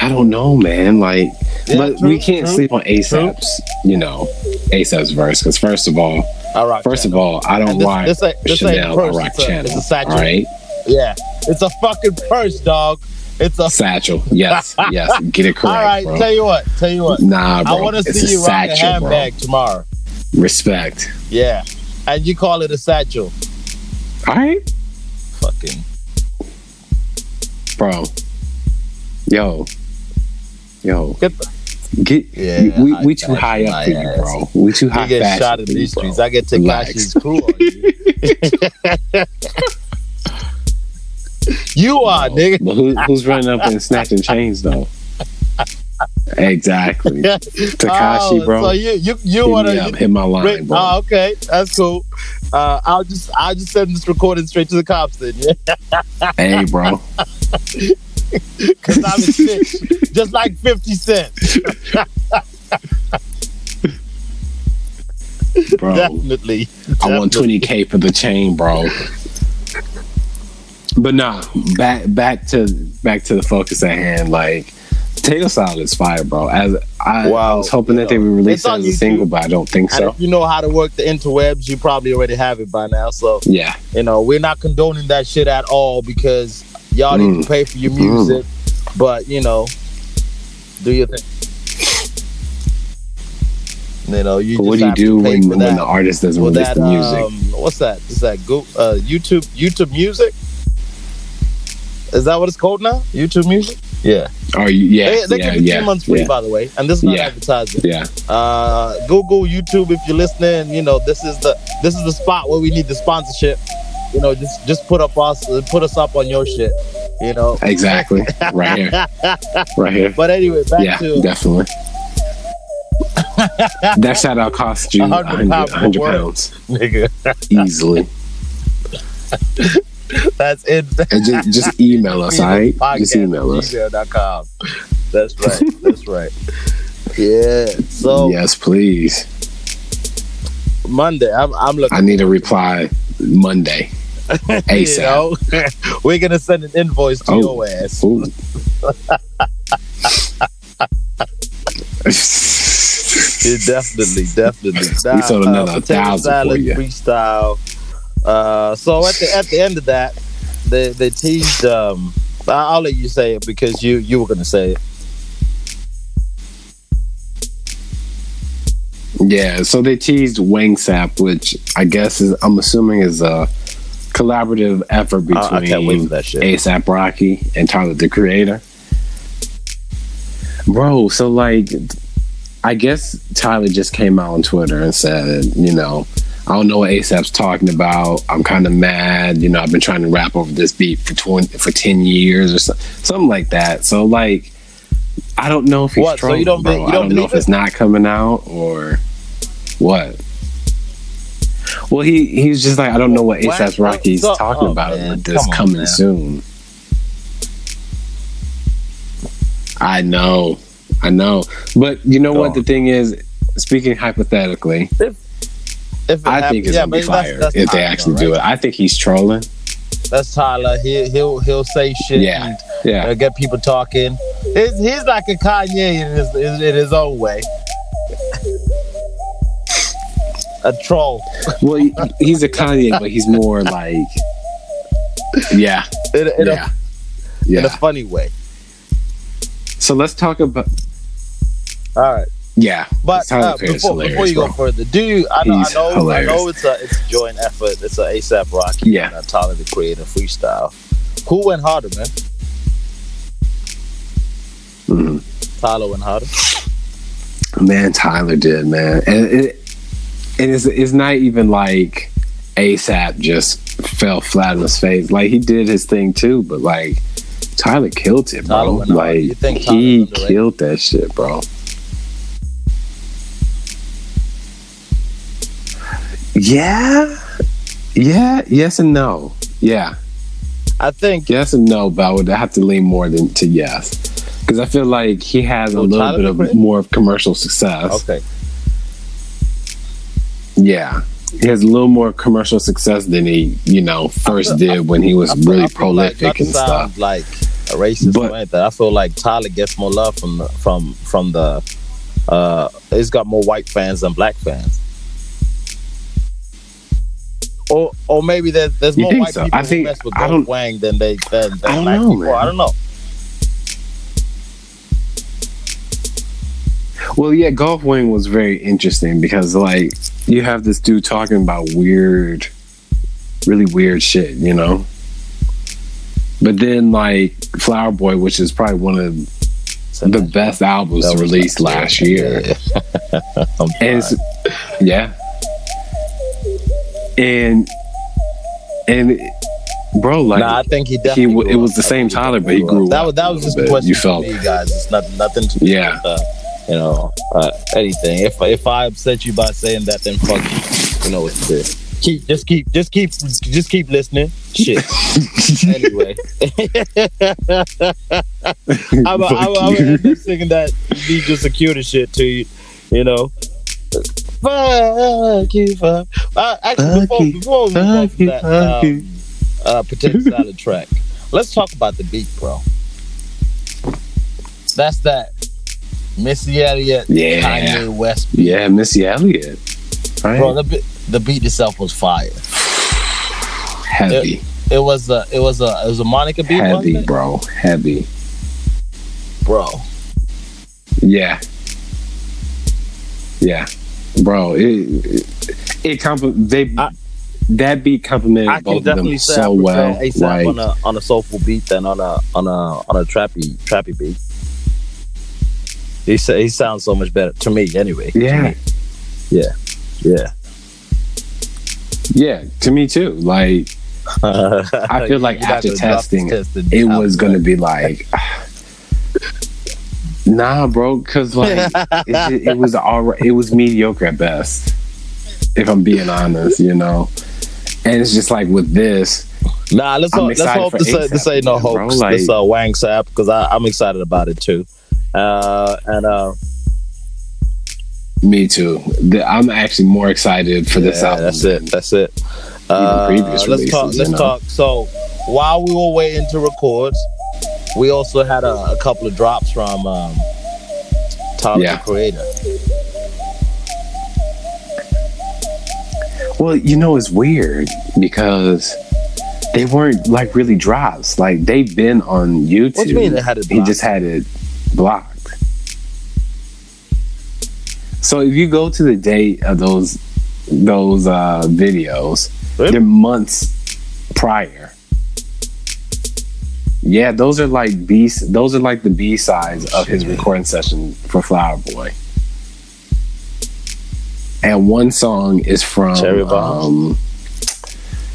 Speaker 2: I don't know, man. Like,
Speaker 3: Yeah,
Speaker 2: but
Speaker 3: true,
Speaker 2: we can't
Speaker 3: true,
Speaker 2: sleep on ASAP's, you know, ASAP's verse because first of all,
Speaker 3: All right.
Speaker 2: first of all, I don't
Speaker 3: And this-
Speaker 2: rock
Speaker 3: this ain't- this ain't
Speaker 2: Chanel, I
Speaker 3: purse,
Speaker 2: rock
Speaker 3: it's a-
Speaker 2: Channel.
Speaker 3: it's a satchel.
Speaker 2: All right,
Speaker 3: yeah. It's a fucking purse, dog. It's a
Speaker 2: satchel. Yes, yes, get it correct,
Speaker 3: All right,
Speaker 2: bro.
Speaker 3: tell you what. Tell you what.
Speaker 2: Nah, bro.
Speaker 3: I want to
Speaker 2: it's
Speaker 3: see
Speaker 2: a
Speaker 3: you rock a
Speaker 2: satchel, bro.
Speaker 3: handbag tomorrow.
Speaker 2: Respect.
Speaker 3: Yeah. And you call it a satchel.
Speaker 2: All right.
Speaker 3: Fucking.
Speaker 2: bro. Yo, yo,
Speaker 3: Get
Speaker 2: get
Speaker 3: Yeah,
Speaker 2: you- we
Speaker 3: I-
Speaker 2: we too
Speaker 3: I-
Speaker 2: high up
Speaker 3: I-
Speaker 2: for you, bro. We too
Speaker 3: I
Speaker 2: high
Speaker 3: get
Speaker 2: fashion
Speaker 3: shot in
Speaker 2: for you,
Speaker 3: these
Speaker 2: bro.
Speaker 3: streets. I get
Speaker 2: Relax.
Speaker 3: Takashi's crew on you. you are,
Speaker 2: Bro.
Speaker 3: nigga.
Speaker 2: But who, who's running up and snatching chains though? Exactly, Takashi,
Speaker 3: Oh,
Speaker 2: bro.
Speaker 3: So you you you
Speaker 2: hit
Speaker 3: want
Speaker 2: me up,
Speaker 3: to?
Speaker 2: hit my line, bro.
Speaker 3: Oh, okay, that's cool. Uh, I'll just I'll just send this recording straight to the cops then, yeah.
Speaker 2: hey, bro.
Speaker 3: Because I'm a snitch, just like Fifty Cent.
Speaker 2: Bro,
Speaker 3: Definitely.
Speaker 2: I want twenty k for the chain, bro. But nah, back back to back to the focus at hand. Like, potato salad is fire, bro. As I, I
Speaker 3: Wow.
Speaker 2: was hoping that they would release
Speaker 3: It's
Speaker 2: it
Speaker 3: on
Speaker 2: as a
Speaker 3: YouTube.
Speaker 2: single, but I don't think
Speaker 3: And
Speaker 2: so.
Speaker 3: if you know how to work the interwebs, you probably already have it by now. So
Speaker 2: Yeah,
Speaker 3: You know, we're not condoning that shit at all because y'all need
Speaker 2: Mm.
Speaker 3: to pay for your music. But you know, do your thing. You know, you
Speaker 2: But
Speaker 3: just
Speaker 2: what do you
Speaker 3: have
Speaker 2: do
Speaker 3: to pay
Speaker 2: when,
Speaker 3: for
Speaker 2: when
Speaker 3: that.
Speaker 2: the artist doesn't
Speaker 3: for
Speaker 2: release
Speaker 3: that,
Speaker 2: the music?
Speaker 3: Um, what's that? Is that Go, uh, YouTube YouTube Music? Is that what it's called now? YouTube Music? Yeah.
Speaker 2: Or you, yeah,
Speaker 3: they they
Speaker 2: yeah,
Speaker 3: give you
Speaker 2: yeah,
Speaker 3: three months free,
Speaker 2: yeah,
Speaker 3: by the way, and this is not
Speaker 2: Yeah.
Speaker 3: advertising
Speaker 2: yeah.
Speaker 3: uh, Google, YouTube. If you're listening, you know this is the this is the spot where we need the sponsorship. You know, just just put up us put us up on your shit. You know,
Speaker 2: exactly. right here, right here.
Speaker 3: but anyway, back
Speaker 2: yeah,
Speaker 3: to
Speaker 2: definitely. that shout out cost you
Speaker 3: 100
Speaker 2: 100,
Speaker 3: pounds per
Speaker 2: 100
Speaker 3: word.
Speaker 2: pounds
Speaker 3: nigga.
Speaker 2: easily.
Speaker 3: That's it.
Speaker 2: And just, just email us, all right? Just email us.
Speaker 3: gmail.com. That's right. That's right. Yeah. So
Speaker 2: yes, please.
Speaker 3: Monday, I'm, I'm looking.
Speaker 2: I need a reply Monday. ASAP.
Speaker 3: You know, we're gonna send an invoice to
Speaker 2: Oh.
Speaker 3: your ass.
Speaker 2: Ooh.
Speaker 3: Yeah, definitely, definitely. Nah,
Speaker 2: sold another
Speaker 3: potato
Speaker 2: 1,000 for
Speaker 3: salad
Speaker 2: you.
Speaker 3: freestyle. Uh, so at the at the end of that, they they teased. Um, I- I'll let you say it because you you were gonna say it.
Speaker 2: Yeah, so they teased Wangsap, which I guess is I'm assuming is a
Speaker 3: Oh,
Speaker 2: collaborative effort between
Speaker 3: I, I can't wait for that shit.
Speaker 2: ASAP Rocky and Tyler the Creator. bro. So like, I guess Tyler just came out on Twitter and said, you know, I don't know what ASAP's talking about. I'm kind of mad. You know, I've been trying to rap over this beat for twenty for ten years or so, something like that. So like, I don't know if he's
Speaker 3: What? So you
Speaker 2: trolling,
Speaker 3: don't be-
Speaker 2: bro.
Speaker 3: you
Speaker 2: I
Speaker 3: don't
Speaker 2: don't know
Speaker 3: believe
Speaker 2: if it's
Speaker 3: it?
Speaker 2: not coming out or what. Well, he he's just like I don't know what
Speaker 3: Why-
Speaker 2: ASAP's Rocky's
Speaker 3: so-
Speaker 2: talking
Speaker 3: oh,
Speaker 2: about,
Speaker 3: man,
Speaker 2: but this
Speaker 3: come on,
Speaker 2: coming
Speaker 3: man.
Speaker 2: soon. I know, I know, but you know
Speaker 3: Go
Speaker 2: what?
Speaker 3: on.
Speaker 2: The thing is, speaking hypothetically,
Speaker 3: If it
Speaker 2: I
Speaker 3: happen-
Speaker 2: think it's
Speaker 3: yeah,
Speaker 2: gonna be
Speaker 3: but that's-
Speaker 2: fire
Speaker 3: that's
Speaker 2: if they
Speaker 3: Tyler,
Speaker 2: actually
Speaker 3: right?
Speaker 2: do it. I think he's trolling.
Speaker 3: That's Tyler. He, he'll he'll say shit.
Speaker 2: Yeah.
Speaker 3: and
Speaker 2: Yeah,
Speaker 3: It'll get people talking. He's, he's like a Kanye in his, in, in his own way. a troll.
Speaker 2: well, he- he's a Kanye, but he's more like, yeah,
Speaker 3: In, a-
Speaker 2: yeah,
Speaker 3: in, a, in a
Speaker 2: yeah.
Speaker 3: funny way.
Speaker 2: So let's talk about
Speaker 3: All right.
Speaker 2: yeah.
Speaker 3: But
Speaker 2: Tyler
Speaker 3: uh,
Speaker 2: Perry's
Speaker 3: before,
Speaker 2: hilarious,
Speaker 3: before you go
Speaker 2: bro.
Speaker 3: further, do you? I know, I
Speaker 2: He's
Speaker 3: know, I
Speaker 2: hilarious.
Speaker 3: know it's a it's a joint effort. It's a ASAP Rocky
Speaker 2: Yeah.
Speaker 3: and a Tyler the Creator freestyle. Who went harder, man?
Speaker 2: Mhm.
Speaker 3: Tyler went harder.
Speaker 2: Man, Tyler did, man. And it, it is it's not even like ASAP just fell flat on his face. Like he did his thing too, but like Tyler killed it,
Speaker 3: Tyler
Speaker 2: bro.
Speaker 3: went hard.
Speaker 2: like
Speaker 3: You think Tyler's
Speaker 2: he
Speaker 3: underrated?
Speaker 2: killed that shit, bro. Yeah. Yeah, yes and no. Yeah.
Speaker 3: I think
Speaker 2: Yes and no, but I would have to lean more than to yes. Because I feel like he has a
Speaker 3: Oh,
Speaker 2: little
Speaker 3: Tyler
Speaker 2: bit of
Speaker 3: Perry?
Speaker 2: more of commercial success.
Speaker 3: okay.
Speaker 2: Yeah. He has a little more commercial success than he, you know, first did when he was
Speaker 3: I feel-
Speaker 2: really
Speaker 3: I feel like-
Speaker 2: prolific
Speaker 3: not to
Speaker 2: and
Speaker 3: sound
Speaker 2: stuff.
Speaker 3: Like a racist
Speaker 2: But-
Speaker 3: or anything. I feel like Tyler gets more love from the, from from the. Uh, it's got more white fans than black fans. Or, or maybe there's, there's
Speaker 2: You
Speaker 3: more
Speaker 2: think
Speaker 3: white
Speaker 2: so?
Speaker 3: people
Speaker 2: I think-
Speaker 3: who mess with
Speaker 2: I
Speaker 3: Ghost
Speaker 2: don't-
Speaker 3: Wang than they than, than
Speaker 2: I don't
Speaker 3: black
Speaker 2: know,
Speaker 3: people. I
Speaker 2: man.
Speaker 3: don't know.
Speaker 2: Well, yeah, Golf Wing was very interesting because, like, you have this dude talking about weird, really weird shit, you know? But then, like, Flower Boy, which is probably one of
Speaker 3: So
Speaker 2: the
Speaker 3: that-
Speaker 2: best albums
Speaker 3: that was
Speaker 2: released last year.
Speaker 3: Yeah. I'm
Speaker 2: and
Speaker 3: sorry.
Speaker 2: it's- yeah and and bro like
Speaker 3: nah, I think he
Speaker 2: he
Speaker 3: definitely.
Speaker 2: w- it
Speaker 3: grew
Speaker 2: was
Speaker 3: up.
Speaker 2: the
Speaker 3: I
Speaker 2: same
Speaker 3: think he
Speaker 2: Tyler but he
Speaker 3: definitely
Speaker 2: grew up
Speaker 3: That was that
Speaker 2: a
Speaker 3: was
Speaker 2: little
Speaker 3: just
Speaker 2: bit.
Speaker 3: a question
Speaker 2: you
Speaker 3: for
Speaker 2: felt
Speaker 3: me, guys. It's not nothing to do
Speaker 2: Yeah.
Speaker 3: with, uh, you know uh, anything. If if I upset you by saying that, then fuck you. You know what to do. Keep just keep just keep just keep listening. Shit. anyway, I'm I'm
Speaker 2: Fuck
Speaker 3: I'm
Speaker 2: you.
Speaker 3: end up singing that DJ Security shit to you. You know. Fuck you, fuck. Uh, actually,
Speaker 2: Fuck you,
Speaker 3: before, before we move on
Speaker 2: fuck
Speaker 3: from
Speaker 2: you,
Speaker 3: that,
Speaker 2: fuck you.
Speaker 3: um, uh, potato salad track. Let's talk about the beat, bro. That's that Missy Elliott,
Speaker 2: yeah
Speaker 3: Kanye West,
Speaker 2: yeah Missy Elliott right
Speaker 3: bro. The, bi- the beat itself was fire.
Speaker 2: heavy
Speaker 3: It was a, it was a, it was a Monica beat, wasn't
Speaker 2: heavy
Speaker 3: it?
Speaker 2: bro heavy
Speaker 3: bro.
Speaker 2: yeah yeah bro it it, it compl- they
Speaker 3: I-
Speaker 2: that beat
Speaker 3: I
Speaker 2: complimented
Speaker 3: can
Speaker 2: both of them
Speaker 3: definitely say
Speaker 2: so
Speaker 3: I prefer
Speaker 2: well
Speaker 3: ASAP
Speaker 2: like
Speaker 3: on a on a soulful beat than on a on a on a trappy trappy beat. He sa- he sounds so much better to me, anyway. To
Speaker 2: yeah
Speaker 3: me. yeah.
Speaker 2: Yeah, to me too. Like I feel like
Speaker 3: You're not
Speaker 2: after
Speaker 3: gonna
Speaker 2: testing,
Speaker 3: drop this test and
Speaker 2: it
Speaker 3: out
Speaker 2: was
Speaker 3: the
Speaker 2: gonna be like, nah, bro, because like it, ju- it was all right. It was mediocre at best, if I'm being honest, you know. And it's just like with this,
Speaker 3: Nah, let's
Speaker 2: I'm
Speaker 3: hope, let's
Speaker 2: excited
Speaker 3: hope
Speaker 2: for
Speaker 3: this, ain't- this
Speaker 2: ASAP,
Speaker 3: ain't no
Speaker 2: bro,
Speaker 3: hoax.
Speaker 2: like-
Speaker 3: this uh, Wang Sap because I'm excited about it too. Uh, and uh,
Speaker 2: me too. The, I'm actually more excited for this
Speaker 3: yeah,
Speaker 2: album.
Speaker 3: that's
Speaker 2: than-
Speaker 3: it. That's it. Uh,
Speaker 2: previous
Speaker 3: let's talk.
Speaker 2: releases, you
Speaker 3: Let's
Speaker 2: know.
Speaker 3: talk. So while we were waiting to record, we also had a, a couple of drops from um, Tyler
Speaker 2: Yeah.
Speaker 3: the Creator.
Speaker 2: Well, you know, it's weird because they weren't like really drops. Like they've been on YouTube.
Speaker 3: What do you mean they had it
Speaker 2: He
Speaker 3: blocked?
Speaker 2: just had it blocked. So if you go to the date of those those uh, videos,
Speaker 3: Really?
Speaker 2: they're months prior. Yeah, those are like B. Those are like the B sides of his recording session for Flower Boy. And one song is from
Speaker 3: Cherry Bomb?
Speaker 2: um,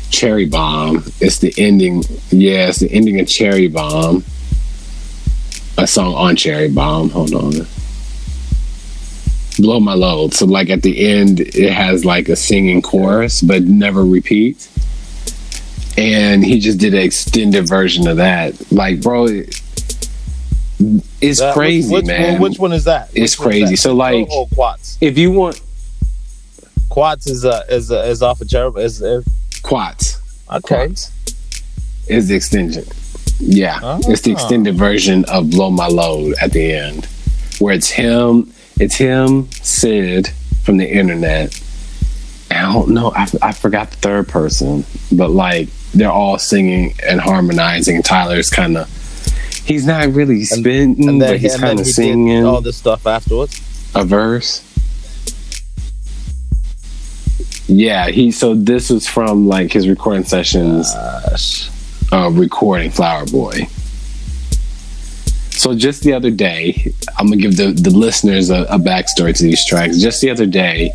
Speaker 2: Cherry Bomb. It's the ending. Yeah, it's the ending of Cherry Bomb. A song on Cherry Bomb. Hold on. Blow my load. So like at the end, it has like a singing chorus, but never repeats and he just did an extended version of that. Like, bro, it- it's
Speaker 3: That- which-
Speaker 2: crazy,
Speaker 3: which,
Speaker 2: man.
Speaker 3: Which one is that?
Speaker 2: It's
Speaker 3: Which one is
Speaker 2: crazy.
Speaker 3: that?
Speaker 2: So, like-
Speaker 3: oh, oh, Quats.
Speaker 2: If you want
Speaker 3: Quats is uh, is uh, is off of Cherub. Is, is
Speaker 2: Quats,
Speaker 3: okay.
Speaker 2: is the extension. Yeah, it's the
Speaker 3: Ah.
Speaker 2: extended version of "Blow My Load" at the end, where it's him, it's him, Sid from the internet. I don't know. I, I forgot the third person, but like they're all singing and harmonizing. Tyler's kind of. He's not really spitting, but he's
Speaker 3: then
Speaker 2: kind of
Speaker 3: he did
Speaker 2: singing.
Speaker 3: all this stuff afterwards.
Speaker 2: a verse. Yeah, he. So this was from like his recording sessions,
Speaker 3: Gosh.
Speaker 2: uh, recording Flower Boy. So just the other day, I'm gonna give the the listeners a, a backstory to these tracks. Just the other day,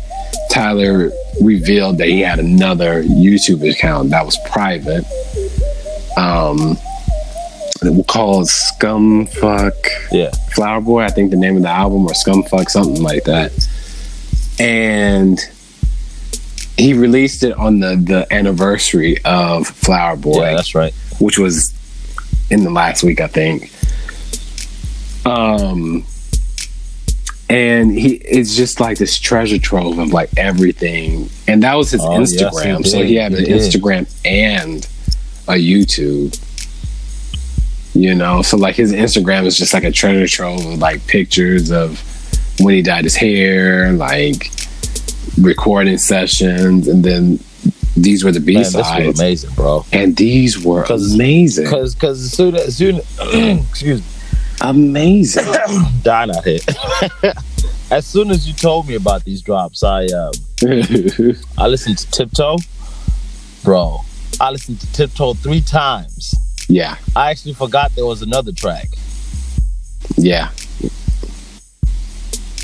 Speaker 2: Tyler revealed that he had another YouTube account that was private, um, called Scumfuck.
Speaker 3: Yeah.
Speaker 2: Flower Boy, I think the name of the album, or Scumfuck, something like that. And he released it on the, the anniversary of Flower Boy,
Speaker 3: Yeah, that's right.
Speaker 2: which was in the last week, I think. Um, and he it's just like this treasure trove of like everything, and that was his
Speaker 3: Oh, yes, he
Speaker 2: Instagram. so
Speaker 3: did.
Speaker 2: he had
Speaker 3: He
Speaker 2: an
Speaker 3: did.
Speaker 2: Instagram and a YouTube. You know, so like his Instagram is just like a treasure trove of like pictures of when he dyed his hair, like recording sessions, and then these were the B
Speaker 3: Man, this was
Speaker 2: sides,
Speaker 3: amazing, bro.
Speaker 2: and these were
Speaker 3: 'Cause-
Speaker 2: amazing,
Speaker 3: Because because soon as soon excuse me,
Speaker 2: amazing.
Speaker 3: dying out here. as soon as you told me about these drops, I um I listened to Tiptoe, bro. I listened to Tiptoe three times.
Speaker 2: yeah,
Speaker 3: I actually forgot there was another track.
Speaker 2: yeah,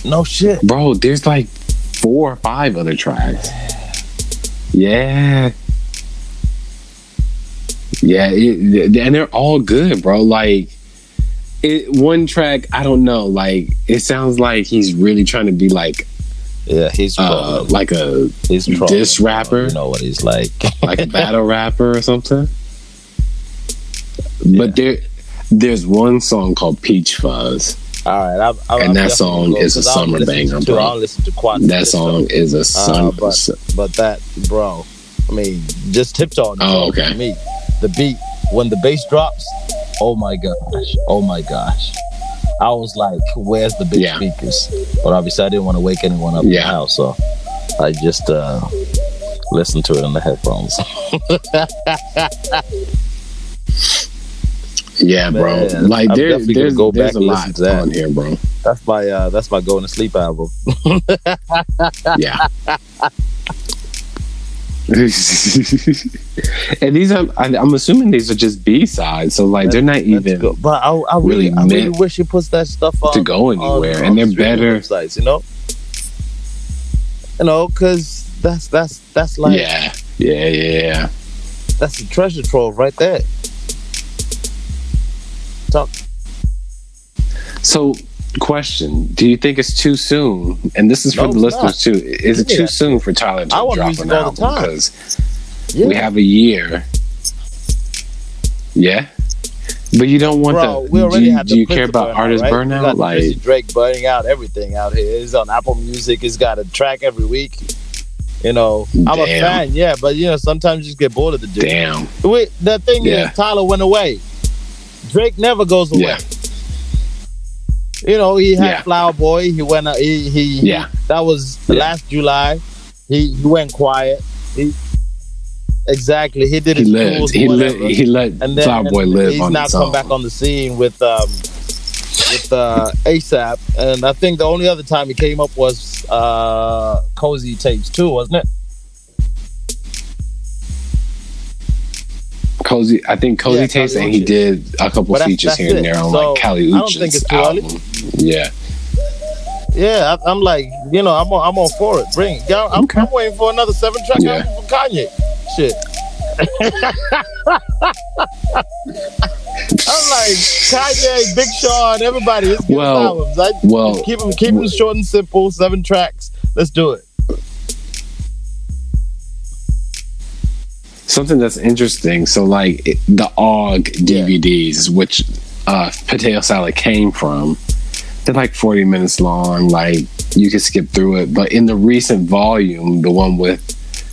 Speaker 3: No shit.
Speaker 2: bro. There's like four or five other tracks. Yeah, yeah, it- and they're all good, bro. Like. It, one track, I don't know. Like it sounds like he's really trying to be like,
Speaker 3: Yeah, he's
Speaker 2: uh,
Speaker 3: trolling.
Speaker 2: like a
Speaker 3: he's trolling.
Speaker 2: diss rapper.
Speaker 3: You know what he's like.
Speaker 2: like a battle rapper or something. But there, there's one song called Peach Fuzz.
Speaker 3: All right, I'm, I'm,
Speaker 2: And
Speaker 3: I'm
Speaker 2: that
Speaker 3: definitely
Speaker 2: song
Speaker 3: gonna go,
Speaker 2: is a
Speaker 3: 'cause I don't
Speaker 2: summer
Speaker 3: listen to
Speaker 2: banger,
Speaker 3: two,
Speaker 2: bro.
Speaker 3: I don't listen to Quad.
Speaker 2: That song is a son.
Speaker 3: Ah, but- but that, bro. I mean, just tiptoe. on the
Speaker 2: Oh,
Speaker 3: song
Speaker 2: okay.
Speaker 3: for Me, the beat when the bass drops. Oh my gosh! Oh my gosh! I was like, "Where's the big
Speaker 2: Yeah.
Speaker 3: speakers?" But obviously, I didn't want to wake anyone up in the
Speaker 2: Yeah.
Speaker 3: house, so I just uh listened to it on the headphones.
Speaker 2: yeah, bro.
Speaker 3: Man,
Speaker 2: like
Speaker 3: I'm
Speaker 2: there,
Speaker 3: definitely gonna
Speaker 2: there's,
Speaker 3: go
Speaker 2: there's
Speaker 3: back
Speaker 2: a
Speaker 3: and listen
Speaker 2: lot
Speaker 3: to that.
Speaker 2: on here, bro.
Speaker 3: that's my uh that's my going to sleep album.
Speaker 2: Yeah. and these are, I, I'm assuming these are just B sides, so like they're not
Speaker 3: That's
Speaker 2: even.
Speaker 3: good. But I, I really,
Speaker 2: really
Speaker 3: I really
Speaker 2: meant
Speaker 3: wish he puts that stuff on
Speaker 2: to go
Speaker 3: on-
Speaker 2: anywhere,
Speaker 3: on
Speaker 2: and they're
Speaker 3: streaming
Speaker 2: better-
Speaker 3: Websites, you know, you know, because that's that's that's like
Speaker 2: yeah, yeah, yeah, yeah.
Speaker 3: that's a treasure trove right there. Talk.
Speaker 2: So, question: Do you think it's too soon? And this is for
Speaker 3: No,
Speaker 2: the
Speaker 3: it's
Speaker 2: listeners too. Is it
Speaker 3: Yeah.
Speaker 2: too soon for Tyler to
Speaker 3: I want
Speaker 2: drop
Speaker 3: music
Speaker 2: an
Speaker 3: all
Speaker 2: album?
Speaker 3: the time.
Speaker 2: Because
Speaker 3: Yeah,
Speaker 2: we have a year. Yeah, but you don't want
Speaker 3: bro,
Speaker 2: the.
Speaker 3: we
Speaker 2: do
Speaker 3: already
Speaker 2: you,
Speaker 3: have.
Speaker 2: do
Speaker 3: the
Speaker 2: you care
Speaker 3: Prince
Speaker 2: about
Speaker 3: burnout,
Speaker 2: artist
Speaker 3: right? We
Speaker 2: burnout?
Speaker 3: got the
Speaker 2: Like,
Speaker 3: Chrissy Drake burning out everything out here. He's on Apple Music. He's got a track every week. You know, I'm a
Speaker 2: Damn.
Speaker 3: fan, yeah, but you know, sometimes you just get bored of the dude.
Speaker 2: damn.
Speaker 3: Wait, the thing
Speaker 2: Yeah.
Speaker 3: is, Tyler went away. Drake never goes away.
Speaker 2: Yeah.
Speaker 3: You know, he had
Speaker 2: Yeah.
Speaker 3: Flower Boy. He went. out- He he. he-
Speaker 2: Yeah.
Speaker 3: That was
Speaker 2: Yeah.
Speaker 3: last July. He he went quiet. He exactly. He did
Speaker 2: He
Speaker 3: his
Speaker 2: lived.
Speaker 3: tools,
Speaker 2: He
Speaker 3: whatever.
Speaker 2: lived. He let
Speaker 3: and then
Speaker 2: Flower Boy live
Speaker 3: he's
Speaker 2: on
Speaker 3: now
Speaker 2: his
Speaker 3: come
Speaker 2: own.
Speaker 3: back on the scene with um with uh ASAP. And I think the only other time he came up was uh Cozy Tapes too, wasn't it?
Speaker 2: Cozy, I think Cozy
Speaker 3: Yeah,
Speaker 2: Tapes,
Speaker 3: Kali
Speaker 2: and he
Speaker 3: Uchis.
Speaker 2: did a couple
Speaker 3: But that's-
Speaker 2: features
Speaker 3: that's
Speaker 2: here
Speaker 3: it.
Speaker 2: and there on
Speaker 3: So,
Speaker 2: like Cali
Speaker 3: I don't think
Speaker 2: Uchis
Speaker 3: it's too early.
Speaker 2: album. Yeah,
Speaker 3: Yeah, I, I'm like, you know, I'm on, I'm all for it. Bring it. Yeah, I'm,
Speaker 2: Okay.
Speaker 3: I'm waiting for another seven track
Speaker 2: Yeah.
Speaker 3: album from Kanye. Shit. I'm like Kanye, Big Sean, everybody. Let's get
Speaker 2: Well,
Speaker 3: albums. I,
Speaker 2: well,
Speaker 3: keep them keep them short and simple. Seven tracks. Let's do it.
Speaker 2: something that's interesting. So like it, the OG DVDs, which uh, Potato Salad came from, they're like forty minutes long. Like you can skip through it, but in the recent volume, the one with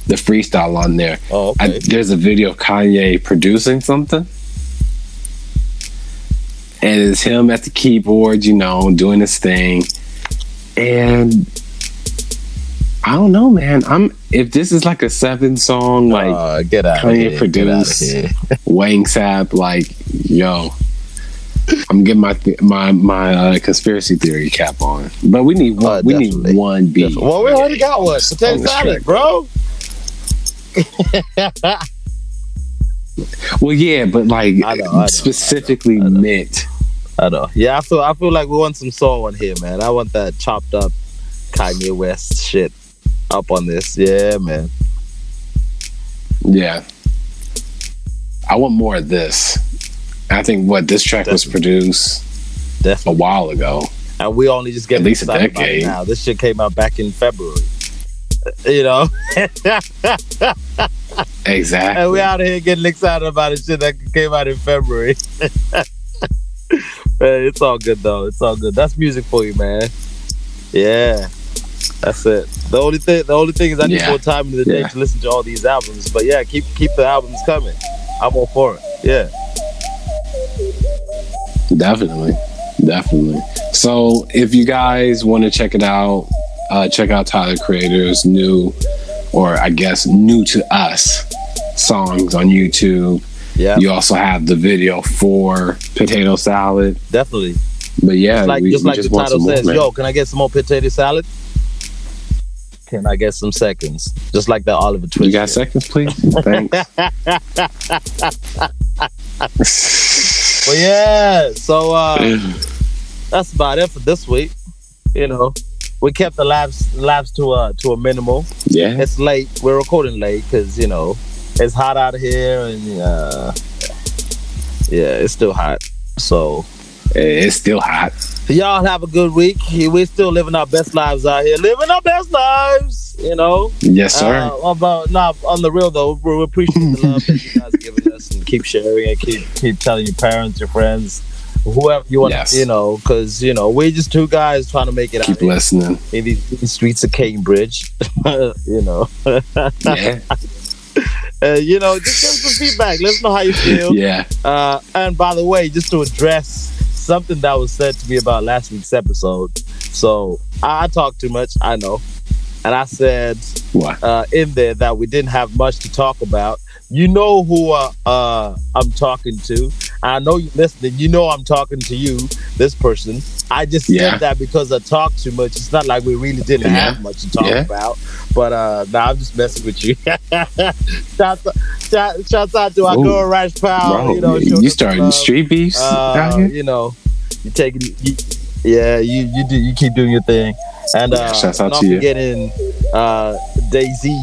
Speaker 2: the freestyle on there,
Speaker 3: Oh,
Speaker 2: I, there's a video of Kanye producing something. And it's him at the keyboard, you know, doing his thing. And I don't know, man. I'm if this is like a seven song, like
Speaker 3: uh, get out
Speaker 2: Kanye produced. Wang Sap, like yo, I'm getting my th- my my uh, conspiracy theory cap on. But we need one,
Speaker 3: Oh,
Speaker 2: we need
Speaker 3: definitely.
Speaker 2: one beat.
Speaker 3: Well, we already got one.
Speaker 2: On
Speaker 3: Potato
Speaker 2: this track.
Speaker 3: salad, bro.
Speaker 2: Well, yeah, but like
Speaker 3: I know, I know, I know,
Speaker 2: specifically meant.
Speaker 3: I know. Yeah, I feel I feel like we want some soul on here, man. I want that chopped up Kanye West shit up on this. Yeah, man.
Speaker 2: Yeah. I want more of this. I think what this track was produced a
Speaker 3: Definitely.
Speaker 2: while ago.
Speaker 3: And we only just get
Speaker 2: At least a
Speaker 3: excited about it
Speaker 2: decade.
Speaker 3: now. This shit came out back in February. Uh, You know, and we
Speaker 2: Exactly.
Speaker 3: out here getting excited about the shit that came out in February. But it's all good though. It's all good. That's music for you, man. Yeah, that's it. The only thing, the only thing is, I need
Speaker 2: Yeah.
Speaker 3: more time in the day
Speaker 2: Yeah.
Speaker 3: to listen to all these albums. But yeah, keep keep the albums coming. I'm all for it. Yeah.
Speaker 2: Definitely. Definitely. So if you guys want to check it out, uh, check out Tyler Creator's new, or I guess new to us, songs on YouTube.
Speaker 3: Yeah,
Speaker 2: You also have the video for Potato Salad.
Speaker 3: definitely.
Speaker 2: But yeah,
Speaker 3: Just like,
Speaker 2: we,
Speaker 3: just
Speaker 2: we
Speaker 3: like
Speaker 2: just
Speaker 3: the
Speaker 2: want
Speaker 3: title
Speaker 2: some more,
Speaker 3: says,
Speaker 2: man.
Speaker 3: yo, can I get some more potato salad? Can I get some seconds? Just like that Oliver Twist.
Speaker 2: You got
Speaker 3: shit.
Speaker 2: seconds, please? Thanks.
Speaker 3: Well, yeah. So uh, that's about it for this week. You know, we kept the laps laps to a to a minimal.
Speaker 2: yeah.
Speaker 3: It's late. We're recording late because you know it's hot out here, and uh, yeah, it's still hot. So
Speaker 2: It's still hot.
Speaker 3: y'all have a good week. We're still living our best lives out here, living our best lives. You know.
Speaker 2: Yes, sir.
Speaker 3: Uh, about nah, on the real though, we we appreciate the love that you guys are giving us, and keep sharing and keep keep telling your parents, your friends, whoever you want,
Speaker 2: Yes.
Speaker 3: you know, because you know we're just two guys trying to make it out
Speaker 2: Keep
Speaker 3: here
Speaker 2: listening.
Speaker 3: in these, these streets of Cambridge, you know.
Speaker 2: Yeah.
Speaker 3: Uh, you know, just give us some feedback. Let us know how you feel.
Speaker 2: Yeah.
Speaker 3: Uh, and by the way, just to address something that was said to me about last week's episode. So I, I talk too much, I know, and I said.
Speaker 2: What?
Speaker 3: uh, in there that we didn't have much to talk about. You know who uh, uh, I'm talking to. I know you're listening. You know I'm talking to you, this person. I just
Speaker 2: Yeah.
Speaker 3: said that because I talk too much. It's not like we really didn't
Speaker 2: Yeah.
Speaker 3: have much to talk
Speaker 2: Yeah.
Speaker 3: about. But uh, nah, I'm just messing with you. shouts, out, shout, shouts out to our
Speaker 2: Ooh.
Speaker 3: girl Rash Powell.
Speaker 2: Bro,
Speaker 3: Oh, you know, showed
Speaker 2: you,
Speaker 3: us the
Speaker 2: starting
Speaker 3: love.
Speaker 2: street beefs out
Speaker 3: Uh,
Speaker 2: here?
Speaker 3: you know, you take it. You, yeah, you you do you keep doing your thing, and uh,
Speaker 2: Shouts out
Speaker 3: not
Speaker 2: to you.
Speaker 3: forgetting uh, Daisy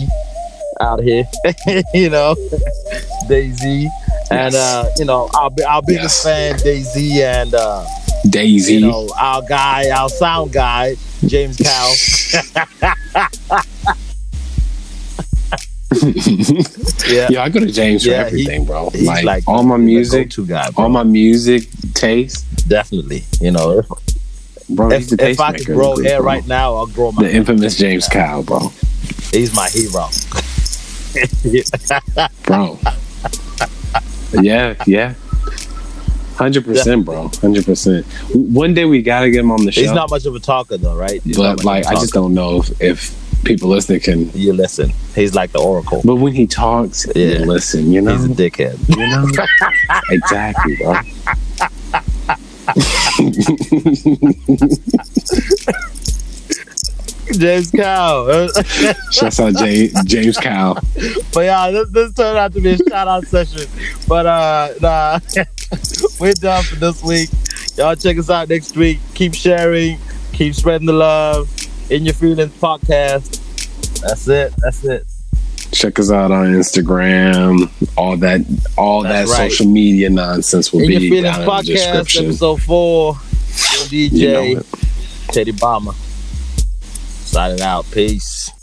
Speaker 3: out here. you know, Daisy, and
Speaker 2: Yes.
Speaker 3: uh, you know our bi- our biggest
Speaker 2: Yes.
Speaker 3: fan Daisy, and uh,
Speaker 2: Daisy.
Speaker 3: you know our guy, our sound guy James Cow. Yeah,
Speaker 2: yeah, I go to James
Speaker 3: Yeah,
Speaker 2: for
Speaker 3: he-
Speaker 2: everything, bro.
Speaker 3: he's
Speaker 2: Like,
Speaker 3: like-
Speaker 2: all my music,
Speaker 3: to guy, bro.
Speaker 2: all my music taste,
Speaker 3: definitely. You know, if,
Speaker 2: bro. he's
Speaker 3: if,
Speaker 2: the
Speaker 3: if
Speaker 2: taste
Speaker 3: I
Speaker 2: maker.
Speaker 3: could
Speaker 2: in the
Speaker 3: grow
Speaker 2: group,
Speaker 3: hair
Speaker 2: bro.
Speaker 3: right now, I'll grow my.
Speaker 2: The infamous James Kyle, bro.
Speaker 3: He's my hero.
Speaker 2: Bro. yeah, yeah. Hundred percent, bro. Hundred percent. One day we gotta get him on the show.
Speaker 3: He's not much of a talker though, right? He's
Speaker 2: but
Speaker 3: not much of a
Speaker 2: like, I just
Speaker 3: talker.
Speaker 2: don't know if, if people listening can.
Speaker 3: you listen. He's like the oracle.
Speaker 2: But when he talks,
Speaker 3: Yeah.
Speaker 2: yeah. listen. You know,
Speaker 3: He's a dickhead.
Speaker 2: you know, exactly, bro.
Speaker 3: James Cow.
Speaker 2: Shouts out Jay, James Kyle.
Speaker 3: But yeah, this, this turned out to be a shout out session. But uh nah, we're done for this week. Y'all check us out next week. Keep sharing, keep spreading the love in your feelings podcast. That's it. That's it.
Speaker 2: Check us out on Instagram. All that, all
Speaker 3: That's
Speaker 2: that
Speaker 3: right.
Speaker 2: social media nonsense will
Speaker 3: in your
Speaker 2: be
Speaker 3: feelings
Speaker 2: down in the
Speaker 3: podcast,
Speaker 2: description.
Speaker 3: episode four. Your DJ
Speaker 2: You know it.
Speaker 3: Teddy Bomber. Signing out. Peace.